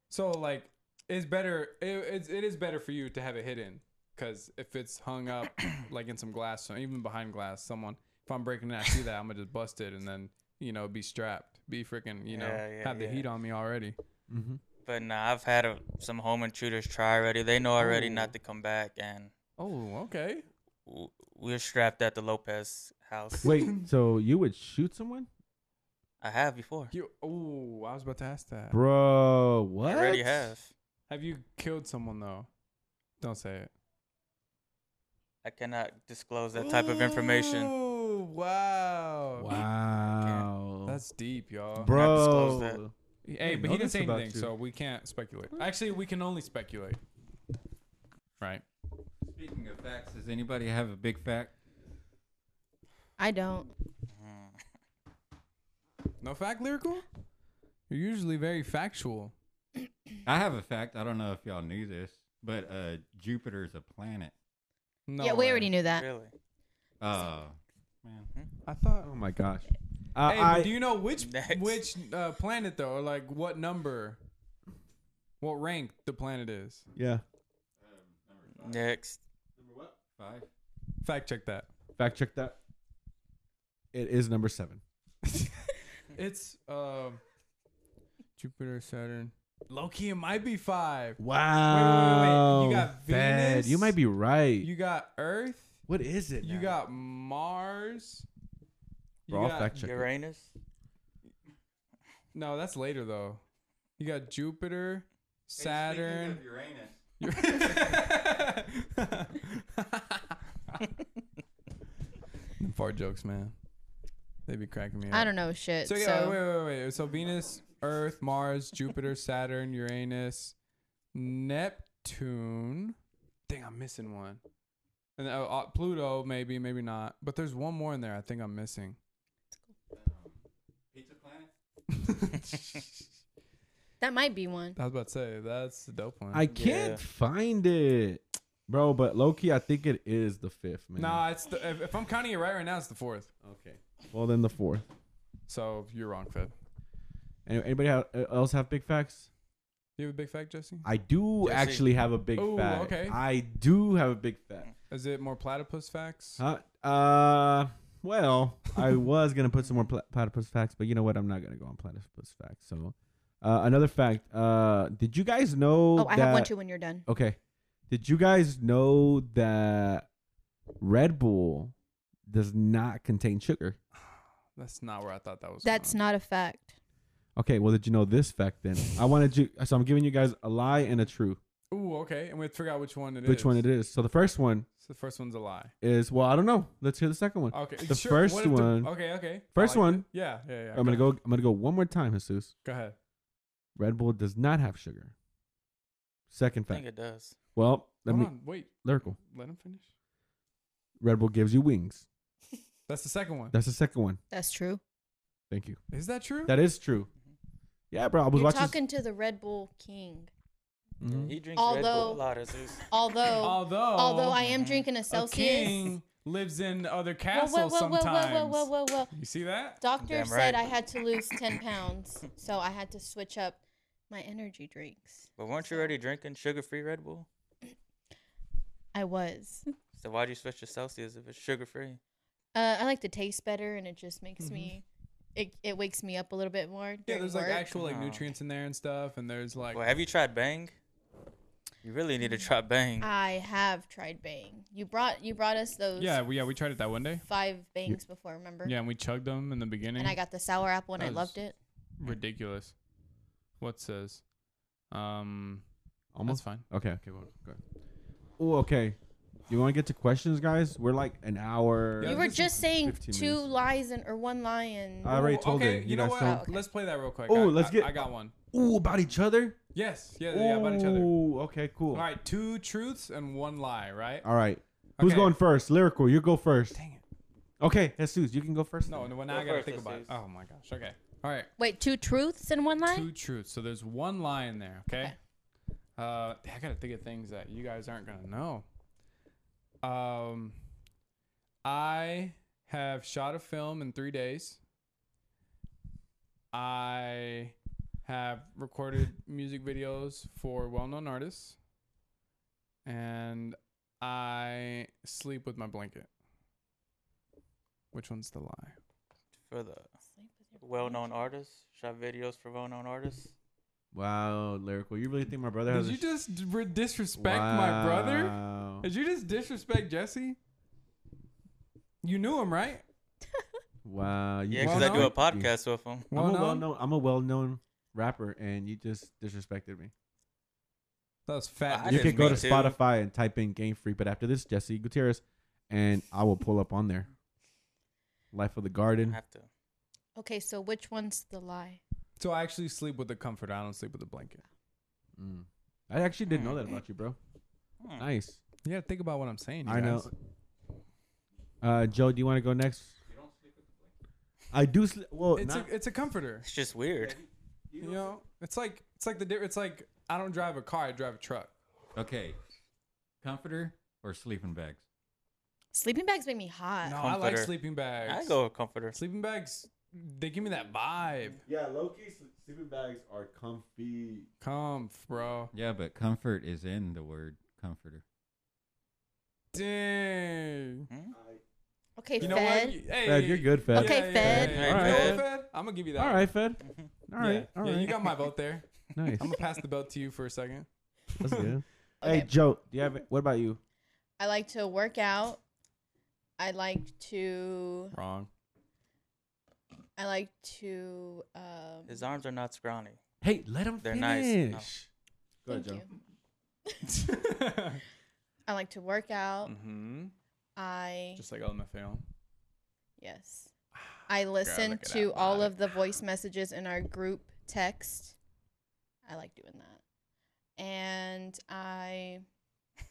Speaker 1: so like it's better. It, it's it is better for you to have it hidden because if it's hung up like in some glass or even behind glass, someone if I'm breaking in, I see that I'm gonna just bust it and then you know be strapped, be freaking you know
Speaker 4: Yeah, yeah,
Speaker 1: have the
Speaker 4: yeah.
Speaker 1: heat on me already.
Speaker 3: Mm-hmm.
Speaker 4: but nah, I've had a, some home intruders try already. They know already
Speaker 1: Ooh.
Speaker 4: not to come back, and
Speaker 1: Oh, okay.
Speaker 4: w- we're strapped at the Lopez house.
Speaker 3: Wait, so you would shoot someone,
Speaker 4: I have before.
Speaker 1: You. Oh, I was about to ask that.
Speaker 3: bro? What?
Speaker 4: I already have.
Speaker 1: Have you killed someone though? Don't say it.
Speaker 4: I cannot disclose that type of information.
Speaker 1: Ooh, wow.
Speaker 3: Wow,
Speaker 1: That's deep, y'all.
Speaker 4: Not disclose that.
Speaker 3: bro.
Speaker 1: Hey,
Speaker 3: didn't
Speaker 1: but
Speaker 3: know
Speaker 1: he didn't
Speaker 3: this
Speaker 1: say
Speaker 3: about
Speaker 1: anything,
Speaker 3: you.
Speaker 1: so we can't speculate. Actually, we can only speculate. Right.
Speaker 5: Speaking of facts, does anybody have a big fact?
Speaker 2: I don't.
Speaker 1: No fact lyrical? You're usually very factual.
Speaker 5: I have a fact. I don't know if y'all knew this, but uh, Jupiter's a planet.
Speaker 1: No.
Speaker 2: yeah, we already knew that.
Speaker 4: Really?
Speaker 5: Uh, man,
Speaker 1: I thought.
Speaker 3: Oh my gosh. Uh,
Speaker 1: hey,
Speaker 3: I,
Speaker 1: but do you know which
Speaker 4: Next.
Speaker 1: which uh, planet though? Or like what number? What rank the planet is?
Speaker 3: yeah.
Speaker 4: Next.
Speaker 5: five.
Speaker 1: Fact check that.
Speaker 3: Fact check that. It is number seven.
Speaker 1: It's um Jupiter, Saturn. Low key, it might be five.
Speaker 3: Wow.
Speaker 1: You got
Speaker 3: Bad.
Speaker 1: Venus?
Speaker 3: You might be right.
Speaker 1: You got Earth.
Speaker 3: what is it?
Speaker 1: You
Speaker 3: now?
Speaker 1: got Mars. You
Speaker 3: We're all
Speaker 1: got-
Speaker 3: fact checking.
Speaker 4: Uranus.
Speaker 1: No, that's later though. You got Jupiter, Saturn.
Speaker 5: Uranus.
Speaker 1: Them Fart jokes, man. They be cracking me up.
Speaker 2: I don't know shit.
Speaker 1: So
Speaker 2: So,
Speaker 1: yeah, wait, wait, wait, wait. So Venus, Earth, Mars, Jupiter, Saturn, Uranus, Neptune. Dang, I'm missing one. And uh, uh, Pluto, maybe, maybe not. But there's one more in there. I think I'm missing.
Speaker 5: Pizza planet.
Speaker 2: that might be one.
Speaker 1: I was about to say that's a dope one.
Speaker 3: I can't
Speaker 4: Yeah.
Speaker 3: find it, bro. But Loki, I think it is the fifth, man.
Speaker 1: nah, it's the, if, if I'm counting it right right now, it's the fourth.
Speaker 3: Okay. Well, then the fourth.
Speaker 1: So you're wrong, Fed.
Speaker 3: Any- Anybody ha- uh, else have big facts?
Speaker 1: You have a big fact, Jesse?
Speaker 3: I do
Speaker 4: Jesse.
Speaker 3: actually have a big
Speaker 1: Ooh,
Speaker 3: fact.
Speaker 1: okay.
Speaker 3: I do have a big fact.
Speaker 1: Is it more platypus facts?
Speaker 3: Huh? Uh, well, I was gonna put some more pla- platypus facts, but you know what? I'm not gonna go on platypus facts. So, uh, another fact. Uh, did you guys know?
Speaker 2: Oh, I have one
Speaker 3: that-
Speaker 2: too when you're done.
Speaker 3: Okay. Did you guys know that Red Bull does not contain sugar?
Speaker 1: That's not where I thought that was.
Speaker 2: That's
Speaker 1: going.
Speaker 2: not a fact.
Speaker 3: Okay. Well, did you know this fact then? I wanted you. So I'm giving you guys a lie and a true.
Speaker 1: Ooh, okay. And we have to figure out which one it is.
Speaker 3: Which one it is? So the first one
Speaker 1: So the first one's a lie.
Speaker 3: is well, I don't know. Let's hear the second one.
Speaker 1: Okay.
Speaker 3: The
Speaker 1: sure,
Speaker 3: first
Speaker 1: what if the-
Speaker 3: one.
Speaker 1: okay, okay. I
Speaker 3: First
Speaker 1: like
Speaker 3: one.
Speaker 1: it. Yeah, yeah, yeah.
Speaker 3: I'm gonna go. I'm gonna go one more time, Jesus.
Speaker 1: Go ahead.
Speaker 3: Red Bull does not have sugar. Second
Speaker 4: I think
Speaker 3: fact.
Speaker 4: it does.
Speaker 3: Well, let
Speaker 1: Hold
Speaker 3: me
Speaker 1: on. Wait.
Speaker 3: lyrical.
Speaker 1: Let him finish.
Speaker 3: Red Bull gives you wings.
Speaker 1: That's the second one.
Speaker 3: That's the second one.
Speaker 2: That's true.
Speaker 3: Thank you.
Speaker 1: Is that true?
Speaker 3: That is true.
Speaker 1: Mm-hmm.
Speaker 3: Yeah, bro. I was
Speaker 2: You're
Speaker 3: watching.
Speaker 2: talking to the Red Bull King.
Speaker 1: Mm-hmm.
Speaker 3: Mhm.
Speaker 4: He drinks Red Bull
Speaker 2: Although-
Speaker 4: a lot, Jesus.
Speaker 2: Although,
Speaker 1: although,
Speaker 2: although I am drinking a
Speaker 1: a
Speaker 2: Celsius.
Speaker 1: king lives in other
Speaker 2: Whoa,
Speaker 1: castles
Speaker 2: whoa, whoa, whoa, whoa,
Speaker 1: sometimes.
Speaker 2: whoa, whoa, whoa, whoa.
Speaker 1: You see that?
Speaker 2: Doctor
Speaker 4: Damn
Speaker 2: said
Speaker 4: right.
Speaker 2: I had to lose 10 pounds, so I had to switch up my energy drinks.
Speaker 4: But weren't you
Speaker 2: So-
Speaker 4: already drinking sugar-free Red Bull?
Speaker 2: I was.
Speaker 4: So why'd you switch to Celsius if it's sugar-free?
Speaker 2: Uh, I like the taste better, and it just makes me, it, it wakes me up a little bit more.
Speaker 1: Mm-hmm. Yeah,
Speaker 2: during
Speaker 1: there's like
Speaker 2: work.
Speaker 1: actual like
Speaker 4: No.
Speaker 1: nutrients in there and stuff, and there's like
Speaker 4: Well, have you tried Bang? You really need to
Speaker 2: Mm.
Speaker 4: try Bang.
Speaker 2: I have tried Bang. You brought you brought us those
Speaker 1: yeah, we, yeah, we tried it that one day.
Speaker 2: five Bangs before, remember?
Speaker 1: Yeah, and we chugged them in the beginning.
Speaker 2: And I got the sour apple, and I
Speaker 1: That was-
Speaker 2: loved it.
Speaker 1: ridiculous. What says? Um,
Speaker 3: Almost
Speaker 1: fine.
Speaker 3: Okay. Okay. Well, go ahead. Oh, okay. You want to get to questions, guys? We're like an hour.
Speaker 1: Yeah,
Speaker 2: you were
Speaker 1: this is
Speaker 2: just saying
Speaker 3: 15
Speaker 2: two
Speaker 3: minutes.
Speaker 2: lions and, or one lion.
Speaker 3: I already
Speaker 1: Ooh,
Speaker 3: told
Speaker 1: okay,
Speaker 3: her.
Speaker 1: You know
Speaker 3: guys
Speaker 1: what?
Speaker 3: don't-
Speaker 2: Oh, okay.
Speaker 1: Let's play that real quick.
Speaker 3: Ooh,
Speaker 1: I-
Speaker 3: let's
Speaker 1: I-
Speaker 3: get-
Speaker 1: I got one.
Speaker 3: Ooh, about each other.
Speaker 1: Yes. Yeah. Yeah. About each other.
Speaker 3: Ooh, okay, cool.
Speaker 1: All right. Two truths and one lie. Right.
Speaker 3: All right. Who's
Speaker 1: Okay.
Speaker 3: going first? Lyrical, you go first.
Speaker 1: Dang it.
Speaker 3: Okay, Jesus, you can go first.
Speaker 1: No.
Speaker 3: then.
Speaker 1: No. Well, now
Speaker 4: Go
Speaker 1: I gotta
Speaker 4: first,
Speaker 1: think
Speaker 4: let's
Speaker 1: about it.
Speaker 4: see.
Speaker 1: Oh my gosh. Okay. All right.
Speaker 2: Wait, two truths and one
Speaker 1: Two
Speaker 2: lie?
Speaker 1: truths. So there's one lie in there. Okay. Uh, I gotta think of things that you guys aren't gonna know. Um, I have shot a film in three days. I have recorded music videos for well-known artists, and I sleep with my blanket. Which one's the lie?
Speaker 4: For the well-known artists, shot videos for well-known artists.
Speaker 3: Wow, Lyrical, you really think my brother
Speaker 1: Did
Speaker 3: has
Speaker 1: you
Speaker 3: a
Speaker 1: just r- disrespect my brother?
Speaker 3: Wow.
Speaker 1: Did you just disrespect Jesse? You knew him, right?
Speaker 3: Wow. You
Speaker 4: Yeah,
Speaker 3: just-
Speaker 4: because I do a
Speaker 1: Well-known?
Speaker 4: podcast with them.
Speaker 3: I'm a well-known. I'm a well-known rapper, and you just disrespected me.
Speaker 1: That was fat.
Speaker 4: I
Speaker 3: you
Speaker 4: didn't
Speaker 3: can go to
Speaker 4: mean to.
Speaker 3: Spotify and type in "Game Free," but after this, Jesse Gutierrez, and I will pull up on there. Life of the
Speaker 4: I
Speaker 3: Garden.
Speaker 4: have to.
Speaker 2: Okay, so which one's the lie?
Speaker 1: So I actually sleep with a comforter. I don't sleep with a blanket.
Speaker 3: Mm. I actually didn't know that about you, bro.
Speaker 4: Hmm.
Speaker 3: Nice.
Speaker 1: You gotta think about what I'm saying. you
Speaker 3: I know.
Speaker 1: guys.
Speaker 3: Uh, Joe, do you want to go next? I do. Sl- well,
Speaker 1: It's
Speaker 3: not-
Speaker 1: a it's a comforter.
Speaker 4: It's just weird.
Speaker 1: You know, it's like it's like the di- it's like I don't drive a car. I drive a truck.
Speaker 5: Okay, comforter or sleeping bags?
Speaker 2: Sleeping bags make me
Speaker 1: No,
Speaker 2: hot.
Speaker 1: I like
Speaker 4: Comforter.
Speaker 1: sleeping bags.
Speaker 4: I go with comforter.
Speaker 1: sleeping bags. They give me that vibe.
Speaker 3: yeah, low key sleeping bags are comfy.
Speaker 1: Comf, bro.
Speaker 5: Yeah, but comfort is in the word comforter.
Speaker 1: Dang.
Speaker 4: Hmm?
Speaker 2: Okay,
Speaker 1: You know
Speaker 2: Fed.
Speaker 1: what? You- Hey,
Speaker 3: Fed, you're good, Fed.
Speaker 2: Okay, Fed.
Speaker 4: Hey,
Speaker 1: All right,
Speaker 4: Fed.
Speaker 1: Fed. I'm gonna give you that.
Speaker 3: All
Speaker 1: one.
Speaker 3: right, Fed. All
Speaker 1: Yeah.
Speaker 3: right, all
Speaker 1: Yeah,
Speaker 3: right.
Speaker 1: you got my vote there.
Speaker 3: nice.
Speaker 1: I'm gonna pass the belt to you for a second.
Speaker 3: That's good. Hey,
Speaker 2: Okay.
Speaker 3: Joe, do you have? What about you?
Speaker 2: I like to work out. I like to.
Speaker 1: Wrong.
Speaker 2: I like to. Um,
Speaker 4: His arms are not scrawny.
Speaker 3: Hey, let him
Speaker 4: They're nice.
Speaker 3: Go
Speaker 4: No.
Speaker 3: ahead,
Speaker 2: thank
Speaker 3: Joe.
Speaker 2: you. I like to work out.
Speaker 1: mm-hmm.
Speaker 2: I
Speaker 1: Just like LMFAO.
Speaker 2: yes. I listen
Speaker 1: look at
Speaker 2: to
Speaker 1: that
Speaker 2: all
Speaker 1: body.
Speaker 2: of the voice messages in our group text. I like doing that. And I.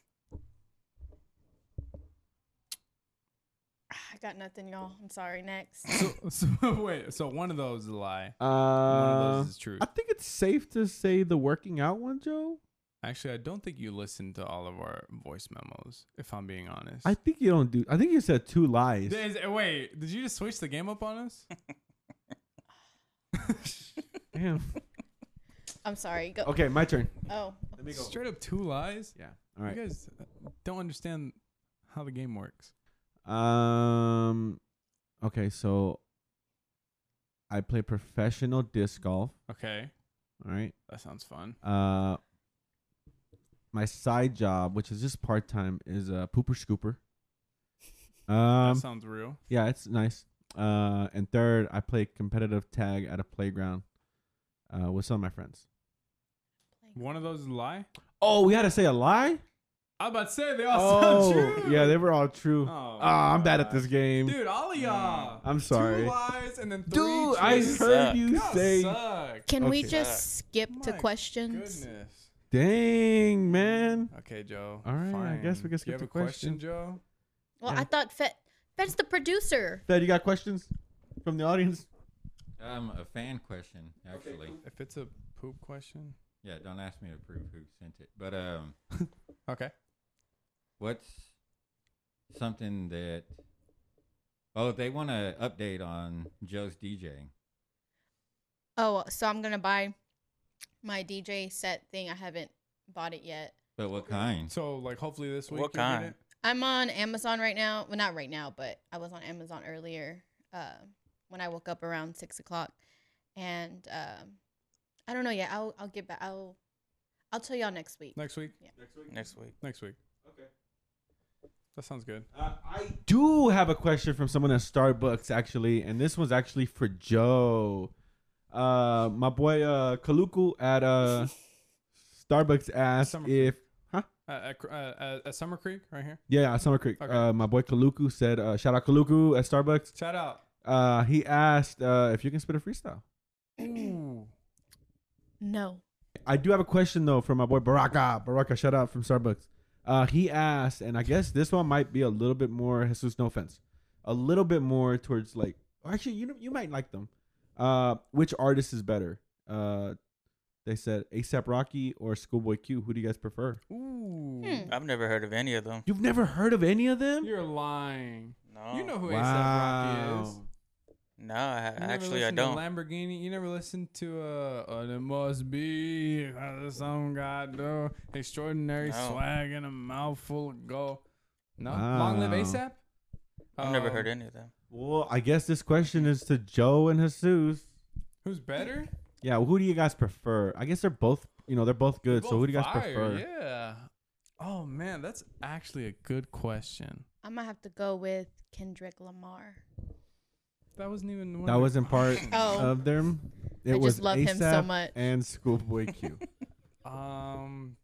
Speaker 2: I got nothing, y'all. I'm sorry. Next.
Speaker 1: So, so wait, so one of those is a lie. Oh. one
Speaker 3: Uh,
Speaker 1: of those is true.
Speaker 3: I think it's safe to say the working out one, Joe.
Speaker 1: Actually, I don't think you listened to all of our voice memos. If I'm being honest.
Speaker 3: I think you don't do. I think you said two lies.
Speaker 1: Is- uh, wait, did you just switch the game up on us?
Speaker 3: Damn.
Speaker 2: I'm sorry. Go.
Speaker 3: Okay, my turn.
Speaker 2: Oh.
Speaker 3: Let me
Speaker 1: Straight up two lies.
Speaker 3: Yeah. All right.
Speaker 1: You guys uh, don't understand how the game works.
Speaker 3: Um. Okay, so I play professional disc golf.
Speaker 1: Okay,
Speaker 3: All right.
Speaker 1: that sounds fun.
Speaker 3: Uh. My side job, which is just part time, is a pooper scooper.
Speaker 1: that
Speaker 3: Um.
Speaker 1: sounds real.
Speaker 3: Yeah, it's nice. Uh, and third, I play competitive tag at a playground uh, with some of my friends.
Speaker 1: One of those is a lie.
Speaker 3: Oh, we had to say a lie.
Speaker 1: I'm about to say they all
Speaker 3: Oh,
Speaker 1: sound true.
Speaker 3: yeah, they were all true.
Speaker 1: Oh,
Speaker 3: Ah, I'm bad at
Speaker 1: gosh.
Speaker 3: this game,
Speaker 1: Dude, all of y'all.
Speaker 3: Mm. I'm sorry.
Speaker 1: Two lies and then three.
Speaker 3: Dude, I
Speaker 1: truths.
Speaker 3: heard you
Speaker 1: Y'all
Speaker 3: say.
Speaker 1: suck.
Speaker 2: Can we
Speaker 3: Okay.
Speaker 1: Ah.
Speaker 2: just skip to
Speaker 1: My
Speaker 2: questions?
Speaker 1: Goodness.
Speaker 3: Dang, man.
Speaker 1: Okay, Joe.
Speaker 3: All right, I guess
Speaker 1: fine.
Speaker 3: we can
Speaker 1: Do
Speaker 3: skip
Speaker 1: you have
Speaker 3: the
Speaker 1: a question,
Speaker 3: question.
Speaker 1: Joe.
Speaker 2: Well,
Speaker 3: Yeah.
Speaker 2: I thought Fed Fed's the producer.
Speaker 3: Dad, you got questions from the audience?
Speaker 5: Um, a fan question actually.
Speaker 1: If it's a poop question,
Speaker 5: Yeah, don't ask me to prove who sent it. But um,
Speaker 1: okay.
Speaker 5: what's something that? Oh, they want to update on Joe's DJing.
Speaker 2: Oh, so I'm gonna buy my DJ set thing. I haven't bought it yet.
Speaker 5: But what kind?
Speaker 1: So like, hopefully this week.
Speaker 4: What
Speaker 1: you'll get
Speaker 4: kind?
Speaker 1: it?
Speaker 2: I'm on Amazon right now. Well, not right now, but I was on Amazon earlier uh, when I woke up around six o'clock, and um, I don't know yet. I'll I'll get back. I'll I'll tell y'all next week.
Speaker 1: Next week.
Speaker 4: next week.
Speaker 1: Next week.
Speaker 3: Okay.
Speaker 1: That sounds good.
Speaker 3: Uh, I do have a question from someone at Starbucks actually, and this one's actually for Joe. Uh, my boy uh Kaluku at uh Starbucks asked
Speaker 1: Summer
Speaker 3: if
Speaker 1: Uh, at, Cr- uh, uh, at Summer Creek, right here.
Speaker 3: yeah, yeah Summer Creek.
Speaker 1: Okay.
Speaker 3: Uh, my boy Kaluku said uh, shout out Kaluku at Starbucks.
Speaker 1: Shout out.
Speaker 3: Uh, he asked uh if you can spit a freestyle.
Speaker 1: Ooh.
Speaker 2: No.
Speaker 3: I do have a question though from my boy Baraka. Baraka, shout out from Starbucks. Uh, he asked, and I guess this one might be a little bit more Jesus. No offense, a little bit more towards like or actually you know, you might like them. Uh, which artist is better? Uh, they said ASAP Rocky or Schoolboy Q. Who do you guys prefer?
Speaker 1: Ooh.
Speaker 2: Hmm.
Speaker 4: I've never heard of any of them.
Speaker 3: You've never heard of any of them?
Speaker 1: You're lying.
Speaker 4: No.
Speaker 1: You know who ASAP Rocky is.
Speaker 3: wow.
Speaker 4: No, I,
Speaker 1: You never
Speaker 4: actually I
Speaker 1: listened to
Speaker 4: don't.
Speaker 1: Lamborghini. You never listened to uh, uh it must be uh, some goddamn extraordinary
Speaker 4: No.
Speaker 1: swag and a mouthful of gold. No,
Speaker 3: Wow.
Speaker 1: long live ASAP.
Speaker 4: I've never
Speaker 1: Um,
Speaker 4: heard any of them.
Speaker 3: Well, I guess this question is to Joe and Jesus.
Speaker 1: Who's better?
Speaker 3: Yeah, who do you guys prefer? I guess they're both. You know, they're both good. so
Speaker 1: Both
Speaker 3: who do you guys
Speaker 1: fire,
Speaker 3: prefer?
Speaker 1: Yeah. Oh man, that's actually a good question.
Speaker 2: I'm gonna have to go with Kendrick Lamar.
Speaker 1: That wasn't even one of
Speaker 3: That
Speaker 1: the
Speaker 3: wasn't part
Speaker 2: Oh.
Speaker 3: of them. It
Speaker 2: I just
Speaker 3: was
Speaker 2: love him so
Speaker 3: A$AP
Speaker 2: much.
Speaker 3: And Schoolboy Q.
Speaker 1: Um,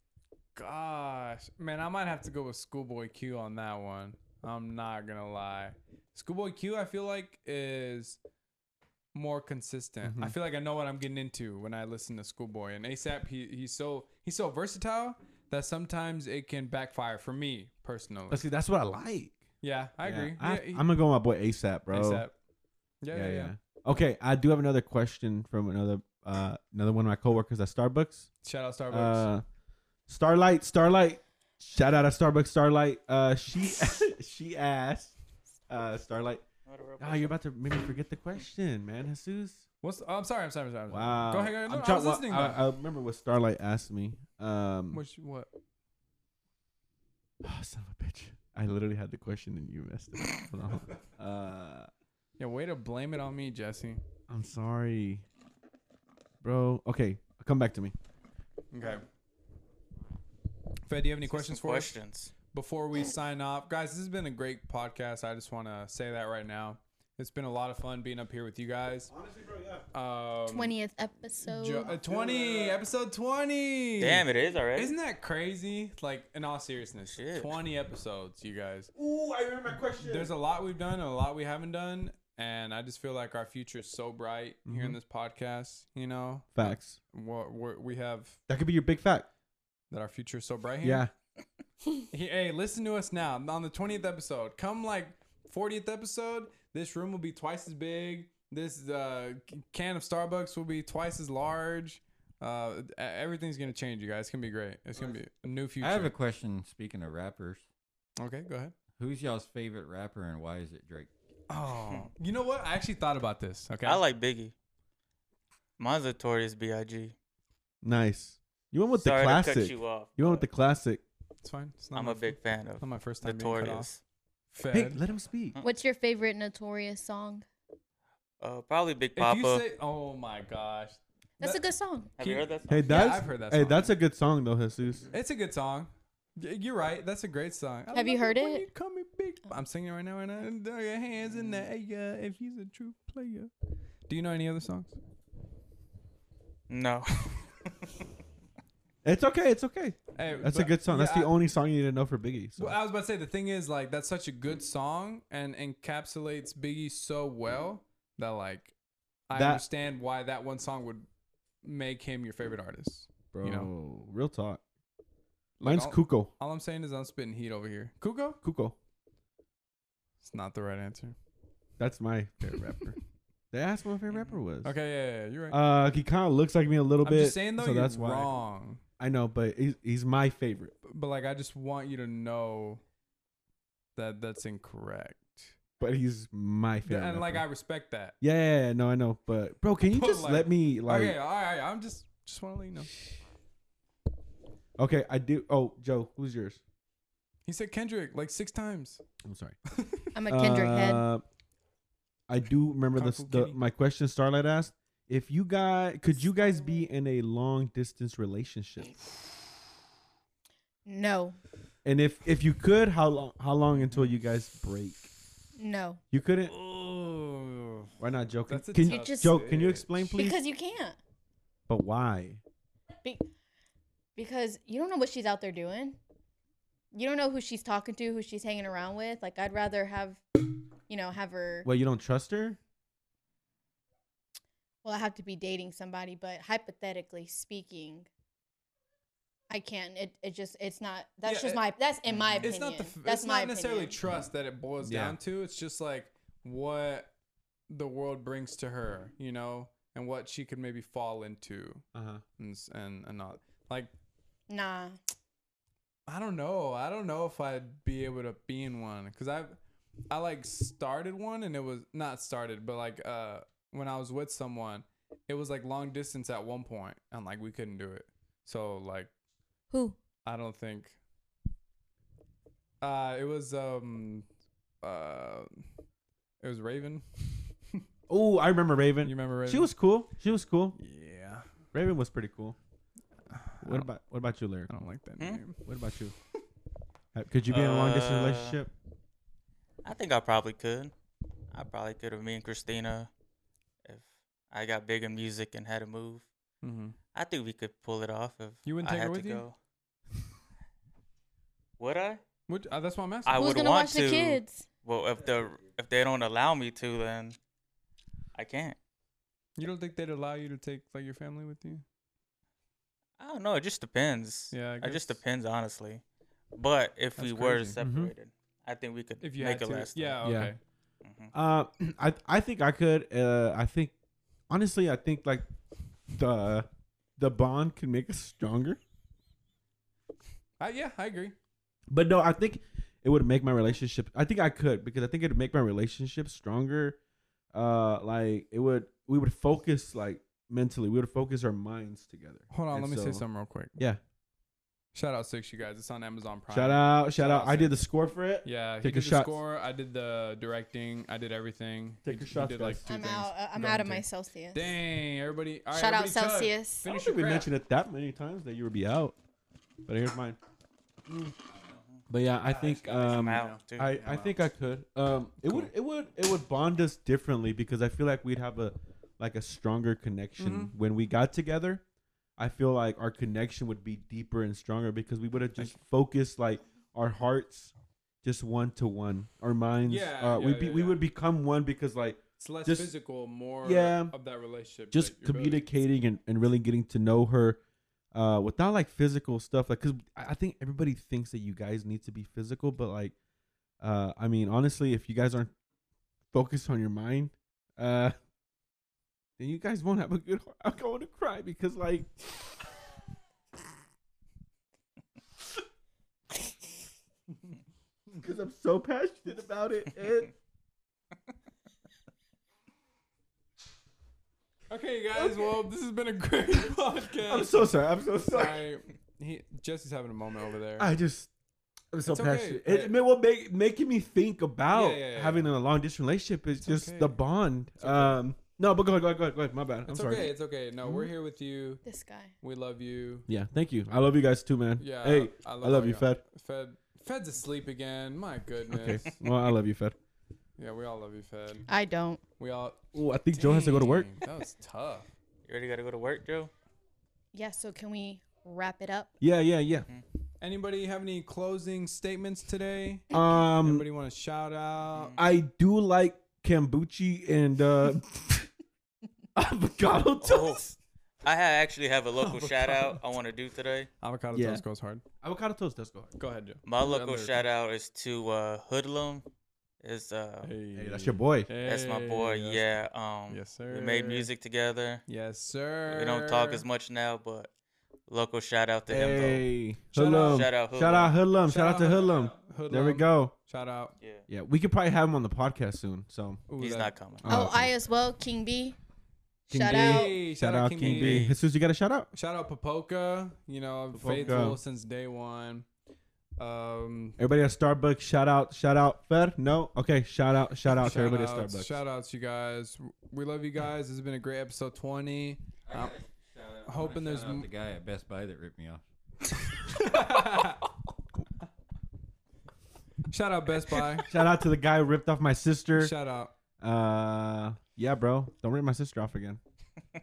Speaker 1: gosh, man, I might have to go with Schoolboy Q on that one. I'm not gonna lie. Schoolboy Q, I feel like is more consistent. I
Speaker 3: Mhm.
Speaker 1: feel like I know what I'm getting into when I listen to Schoolboy and ASAP. He he's so he's so versatile that sometimes it can backfire for me personally.
Speaker 3: but see, that's what I like.
Speaker 1: yeah, I
Speaker 3: Yeah.
Speaker 1: agree.
Speaker 3: I,
Speaker 1: yeah, he-
Speaker 3: am gonna go with my boy ASAP, bro.
Speaker 1: ASAP. Yeah,
Speaker 3: Yeah,
Speaker 1: yeah,
Speaker 3: yeah,
Speaker 1: yeah.
Speaker 3: Okay, I do have another question from another uh another one of my coworkers at Starbucks.
Speaker 1: Shout out Starbucks.
Speaker 3: Uh, Starlight, Starlight. Shout out at Starbucks, Starlight. Uh, she she asked, uh, Starlight. Ah, you're about to maybe forget the question, man, Jesus.
Speaker 1: What's? Oh, I'm sorry. I'm sorry. I'm sorry. I'm sorry.
Speaker 3: Wow.
Speaker 1: Go ahead. Go ahead. No,
Speaker 3: I'm
Speaker 1: I
Speaker 3: trying-
Speaker 1: was
Speaker 3: well,
Speaker 1: listening.
Speaker 3: I,
Speaker 1: though.
Speaker 3: I remember what Starlight asked me. Um,
Speaker 1: Which what?
Speaker 3: Oh, son of a bitch. I literally had the question and you messed it up. Hold on, hold on. Uh,
Speaker 1: Yeah, way to blame it on me, Jesse.
Speaker 3: I'm sorry. Bro. Okay. Come back to me.
Speaker 1: Okay. Fed, do you have any questions for us
Speaker 4: Questions.
Speaker 1: before we sign off? Guys, this has been a great podcast. I just want to say that right now. It's been a lot of fun being up here with you guys. Honestly, bro, yeah. Um,
Speaker 2: 20th episode.
Speaker 1: Jo- uh, 20, episode 20.
Speaker 4: Damn, it is already.
Speaker 1: Isn't that crazy? Like, in all seriousness,
Speaker 4: Shit.
Speaker 1: 20 episodes, you guys.
Speaker 3: Ooh, I remember my question.
Speaker 1: There's a lot we've done and a lot we haven't done. And I just feel like our future is so bright here in this podcast, you know?
Speaker 3: Mm-hmm. Facts.
Speaker 1: What we're, we have
Speaker 3: That could be your big fact.
Speaker 1: that our future is so bright here.
Speaker 3: Yeah.
Speaker 1: He- Hey, listen to us now on the 20th episode. Come like 40th episode, this room will be twice as big. This uh, c- can of Starbucks will be twice as large. Uh, e- everything's gonna change, you guys. It's gonna be great. It's gonna be a new future.
Speaker 5: I have a question. Speaking of rappers,
Speaker 1: okay, go ahead.
Speaker 5: who's y'all's favorite rapper and why is it Drake?
Speaker 1: Oh, you know what? I actually thought about this. Okay,
Speaker 4: I like Biggie. Mine's Notorious B.I.G.
Speaker 3: Nice. You went with
Speaker 4: Sorry
Speaker 3: the
Speaker 4: to
Speaker 3: classic.
Speaker 4: cut you off.
Speaker 3: went with the classic.
Speaker 1: it's fine. It's not
Speaker 4: I'm
Speaker 1: my
Speaker 4: a big fan
Speaker 1: f-
Speaker 4: of
Speaker 1: Not my first time being cut off.
Speaker 4: Notorious.
Speaker 1: Fed.
Speaker 3: Hey, let him speak.
Speaker 2: What's your favorite Notorious song?
Speaker 4: Uh, probably Big
Speaker 1: if
Speaker 4: Papa.
Speaker 1: you say, oh my gosh,
Speaker 2: That's
Speaker 1: That-
Speaker 2: a good song.
Speaker 4: Have you heard that? Song?
Speaker 3: Hey, that's
Speaker 1: I've heard that
Speaker 3: Hey,
Speaker 1: song.
Speaker 3: that's a good song though, Jesus.
Speaker 1: It's a good song. Y- You're right. That's a great song. I
Speaker 2: Have you
Speaker 1: love
Speaker 2: heard
Speaker 1: when
Speaker 2: it?
Speaker 1: you call me big. I'm singing it right now, right now. And throw your hands in the
Speaker 2: Mm.
Speaker 1: air if he's a true player. Do you know any other songs?
Speaker 4: No.
Speaker 3: It's okay. It's okay.
Speaker 1: Hey,
Speaker 3: That's a
Speaker 1: but-
Speaker 3: good song. That's
Speaker 1: yeah,
Speaker 3: the
Speaker 1: I-
Speaker 3: only song you need to know for Biggie. So.
Speaker 1: Well, I was about to say the thing is like that's such a good song and encapsulates Biggie so well that like I
Speaker 3: That-
Speaker 1: understand why that one song would make him your favorite artist.
Speaker 3: bro,
Speaker 1: you
Speaker 3: real talk.
Speaker 1: Like,
Speaker 3: Mine's
Speaker 1: all,
Speaker 3: Kuko.
Speaker 1: all I'm saying is I'm spitting heat over here. Kuko?
Speaker 3: Kuko.
Speaker 1: It's not the right answer.
Speaker 3: That's my favorite rapper. They asked what my favorite rapper was.
Speaker 1: Okay, yeah, yeah, yeah, you're right.
Speaker 3: Uh, he kind of looks like me a little
Speaker 1: I'm
Speaker 3: bit.
Speaker 1: just saying though,
Speaker 3: so
Speaker 1: you're
Speaker 3: that's why.
Speaker 1: wrong.
Speaker 3: I know, but he's, he's my favorite.
Speaker 1: But like, I just want you to know that that's incorrect.
Speaker 3: But he's my favorite.
Speaker 1: and like, I
Speaker 3: rapper.
Speaker 1: respect that.
Speaker 3: Yeah, yeah, yeah, no, I know, but bro, can you
Speaker 1: But,
Speaker 3: just
Speaker 1: like-
Speaker 3: let me like?
Speaker 1: okay, all right. I'm just just want to let you know. uh
Speaker 3: okay, I do. Oh, Joe, who's yours?
Speaker 1: He said Kendrick like six times.
Speaker 3: I'm sorry.
Speaker 2: I'm a Kendrick head.
Speaker 3: Uh, I do remember
Speaker 1: Kung
Speaker 3: the,
Speaker 1: Fu
Speaker 3: the
Speaker 1: Kitty.
Speaker 3: my question Starlight asked if you guys could you guys be in a long distance relationship,
Speaker 2: No,
Speaker 3: and if if you could, how long how long until you guys break?
Speaker 2: no,
Speaker 3: You couldn't.
Speaker 1: Oh,
Speaker 3: Why not, Joe? Can,
Speaker 1: That's a
Speaker 3: can
Speaker 1: tough
Speaker 2: You just-
Speaker 3: Joe, can you explain, please?
Speaker 2: because you can't.
Speaker 3: but why?
Speaker 2: Be- because you don't know what she's out there doing. You don't know who she's talking to, who she's hanging around with. Like I'd rather have, you know, have her.
Speaker 3: Well, you don't trust her.
Speaker 2: Well, I have to be dating somebody, but hypothetically speaking, I can't. It it just it's not. That's
Speaker 1: Yeah,
Speaker 2: just
Speaker 1: it-
Speaker 2: my. That's in my opinion.
Speaker 1: it's not the. f-
Speaker 2: that's
Speaker 1: it's
Speaker 2: my
Speaker 1: not necessarily
Speaker 2: opinion.
Speaker 1: trust that it boils
Speaker 3: Yeah.
Speaker 1: down to. It's just like what the world brings to her, you know, and what she could maybe fall into,
Speaker 3: Uh huh.
Speaker 1: and s- and, and not like
Speaker 2: Nah.
Speaker 1: I don't know. I don't know if I'd be able to be in one because I, I like started one and it was not started, but like uh when I was with someone, it was like long distance at one point, and like we couldn't do it. So like
Speaker 2: Who?
Speaker 1: I don't think. Uh, it was um, uh, it was Raven. you
Speaker 3: Oh, I remember Raven.
Speaker 1: remember Raven?
Speaker 3: She was cool. She was cool.
Speaker 1: Yeah.
Speaker 3: Raven was pretty cool. What
Speaker 1: don't-
Speaker 3: about what about you, Larry?
Speaker 1: I don't like that
Speaker 4: Hmm?
Speaker 1: name.
Speaker 3: What about you? Uh, Could you be in a long distance
Speaker 4: Uh,
Speaker 3: relationship?
Speaker 4: I think I probably could. I probably could have me and Christina, if I got big in music and had to move.
Speaker 1: Mm-hmm.
Speaker 4: I think we could pull it off if
Speaker 1: You wouldn't
Speaker 4: I
Speaker 1: take her
Speaker 4: had
Speaker 1: with
Speaker 4: to
Speaker 1: you?
Speaker 4: go. Would I?
Speaker 1: Which, uh, that's what I'm asking.
Speaker 4: I
Speaker 2: Who's
Speaker 4: would
Speaker 2: gonna
Speaker 4: want
Speaker 2: watch
Speaker 4: to.
Speaker 2: the kids?
Speaker 4: Well, if the if they don't allow me to, then I can't.
Speaker 1: you don't think they'd allow you to take like your family with you?
Speaker 4: I don't know. It just depends.
Speaker 1: Yeah, I
Speaker 4: it just
Speaker 1: guess.
Speaker 4: depends, honestly. But if we
Speaker 1: That's
Speaker 4: were
Speaker 1: crazy. Mhm.
Speaker 4: separated, I think we could
Speaker 1: If you
Speaker 4: make
Speaker 1: had
Speaker 4: it
Speaker 1: to.
Speaker 4: last.
Speaker 1: yeah.
Speaker 3: Yeah.
Speaker 1: Okay.
Speaker 4: hmm
Speaker 3: Uh, I I think I could. Uh, I think honestly, I think like the the bond can make us stronger.
Speaker 1: I, yeah, I agree.
Speaker 3: But no, I think it would make my relationship. I think I could because I think it would make my relationship stronger. Uh, like it would. We would focus like mentally. We would focus our minds together.
Speaker 1: Hold on,
Speaker 3: And
Speaker 1: let me say
Speaker 3: so-
Speaker 1: something real quick.
Speaker 3: Yeah.
Speaker 1: Shout out Six, you guys. It's on Amazon Prime.
Speaker 3: Shout out! Shout,
Speaker 1: Shout
Speaker 3: out!
Speaker 1: out,
Speaker 3: I
Speaker 1: Sam.
Speaker 3: did the score for it.
Speaker 1: Yeah, he
Speaker 3: Take
Speaker 1: did
Speaker 3: your
Speaker 1: the
Speaker 3: shots.
Speaker 1: score. I did the directing. I did everything.
Speaker 3: Take
Speaker 1: He-
Speaker 3: your
Speaker 1: he
Speaker 3: shots,
Speaker 1: did, like,
Speaker 3: guys.
Speaker 1: two
Speaker 2: I'm
Speaker 1: things.
Speaker 2: out. uh, I'm
Speaker 1: Go
Speaker 2: out
Speaker 1: and
Speaker 2: of my
Speaker 1: take-
Speaker 2: Celsius.
Speaker 1: Dang, everybody! All right,
Speaker 2: Shout out
Speaker 1: everybody chug.
Speaker 2: Celsius.
Speaker 3: I don't
Speaker 1: Finish
Speaker 3: think
Speaker 1: your
Speaker 3: we
Speaker 1: crap.
Speaker 3: mentioned it that many times that you would be out. But here's mine. But yeah, I think um,
Speaker 4: I'm
Speaker 3: I,
Speaker 4: out. Too.
Speaker 3: I think I could. Um, it would it would it would bond us differently because I feel like we'd have a like a stronger connection
Speaker 1: Mm-hmm.
Speaker 3: when we got together. I feel like our connection would be deeper and stronger because we would have just focused like our hearts just one to one, our minds.
Speaker 1: Yeah,
Speaker 3: uh, we'd
Speaker 1: yeah,
Speaker 3: be
Speaker 1: yeah,
Speaker 3: we
Speaker 1: yeah.
Speaker 3: would become one because like
Speaker 1: It's less
Speaker 3: Just-
Speaker 1: physical, more
Speaker 3: yeah.
Speaker 1: of that relationship.
Speaker 3: just
Speaker 1: that you're building.
Speaker 3: communicating and, and really getting to know her uh without like physical stuff like because i I think everybody thinks that you guys need to be physical but like uh i mean honestly if you guys aren't focused on your mind uh then you guys won't have a good heart. i'm going to cry because like because i'm so passionate about it and
Speaker 1: Okay, you guys. Well, this has been a great podcast.
Speaker 3: i'm so sorry i'm so sorry
Speaker 1: sorry. He, Jesse's having a moment over there.
Speaker 3: I just I'm so
Speaker 1: It's okay.
Speaker 3: passionate.
Speaker 1: Hey.
Speaker 3: It, it what make, making me think about
Speaker 1: Yeah, yeah, yeah,
Speaker 3: having a long distance relationship is just
Speaker 1: okay.
Speaker 3: the bond. Um, no, but go ahead, go ahead, go ahead, go ahead. My bad. I'm
Speaker 1: it's
Speaker 3: sorry. Mm-hmm.
Speaker 1: okay. It's okay. No, we're here with you.
Speaker 2: This guy.
Speaker 1: We love you.
Speaker 3: Yeah, thank you. I love you guys too, man.
Speaker 1: Yeah.
Speaker 3: Hey, I love,
Speaker 1: all
Speaker 3: you,
Speaker 1: y'all.
Speaker 3: Fed.
Speaker 1: Fed. Fed's asleep again. My
Speaker 3: Okay.
Speaker 1: goodness.
Speaker 3: well, I love you, Fed.
Speaker 1: Yeah, we all love you, Fed.
Speaker 2: I don't.
Speaker 1: We all.
Speaker 3: Oh, I think Joe has to go to work.
Speaker 1: Dang, That was tough.
Speaker 4: you already got to go to work, Joe.
Speaker 2: Yeah. So can we wrap it up?
Speaker 3: Yeah, yeah, yeah.
Speaker 1: Mm-hmm. Anybody have any closing statements today?
Speaker 3: Um,
Speaker 1: Anybody want to shout out?
Speaker 3: I do like kombucha and uh,
Speaker 1: Oh.
Speaker 3: avocado toast.
Speaker 4: Oh, I ha- actually have a local shout out I want to do today.
Speaker 1: Avocado
Speaker 3: Yeah.
Speaker 1: toast goes hard.
Speaker 3: Avocado toast does go hard.
Speaker 1: Go ahead, Joe.
Speaker 4: My
Speaker 1: You're
Speaker 4: local
Speaker 1: American.
Speaker 4: shout out is to uh, Hoodlum. is uh
Speaker 3: Hey, that's your boy.
Speaker 4: that's my boy.
Speaker 1: Hey,
Speaker 4: yeah. Um
Speaker 1: Yes,
Speaker 4: we made
Speaker 1: sir.
Speaker 4: music together.
Speaker 1: Yes, sir.
Speaker 4: We don't talk as much now, but local shout out to him
Speaker 3: Hey,
Speaker 1: Shout out-
Speaker 3: hoodlum.
Speaker 4: shout out
Speaker 3: Shout out hoodlum. Shout, out to hoodlum.
Speaker 1: Hoodlum.
Speaker 3: There we go.
Speaker 1: Shout out.
Speaker 4: though. Yeah.
Speaker 3: Yeah, we could probably have him on the podcast soon. So
Speaker 1: Ooh,
Speaker 4: He's
Speaker 1: that-
Speaker 4: not coming.
Speaker 2: Oh,
Speaker 3: okay.
Speaker 2: I as well, King B.
Speaker 3: King
Speaker 2: Shout
Speaker 3: B.
Speaker 2: out.
Speaker 1: Hey,
Speaker 3: shout, out King, B. Jesus, you got a shout out?
Speaker 1: Shout out Popoka. You know, I'm
Speaker 3: Popoka.
Speaker 1: faithful since day one. Um,
Speaker 3: Everybody at Starbucks, shout out, shout out. Fer, no, okay, shout out, shout out to everybody at
Speaker 1: outs,
Speaker 3: Starbucks.
Speaker 1: Shout outs, you guys. We love you guys. This has been a great episode 20. Um, hoping there's
Speaker 5: Shout out
Speaker 1: m-
Speaker 5: the guy at Best Buy that ripped me off.
Speaker 1: shout out Best Buy.
Speaker 3: Shout out to the guy who ripped off my sister.
Speaker 1: shout out.
Speaker 3: Uh, yeah, bro, don't rip my sister off again.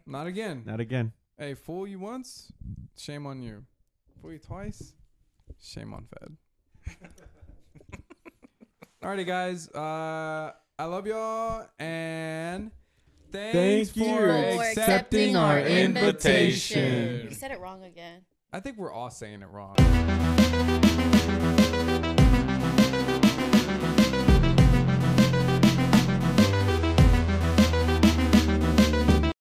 Speaker 1: Not again.
Speaker 3: Not again.
Speaker 1: Hey, fool you once, shame on you. Fool you twice, shame on Fed. Alrighty, guys. Uh, I love y'all and thanks
Speaker 3: Thank you
Speaker 1: for
Speaker 3: for
Speaker 1: accepting
Speaker 3: accepting
Speaker 1: our
Speaker 3: our
Speaker 1: invitation.
Speaker 3: invitation.
Speaker 2: You said it wrong again.
Speaker 1: I think we're all saying it wrong.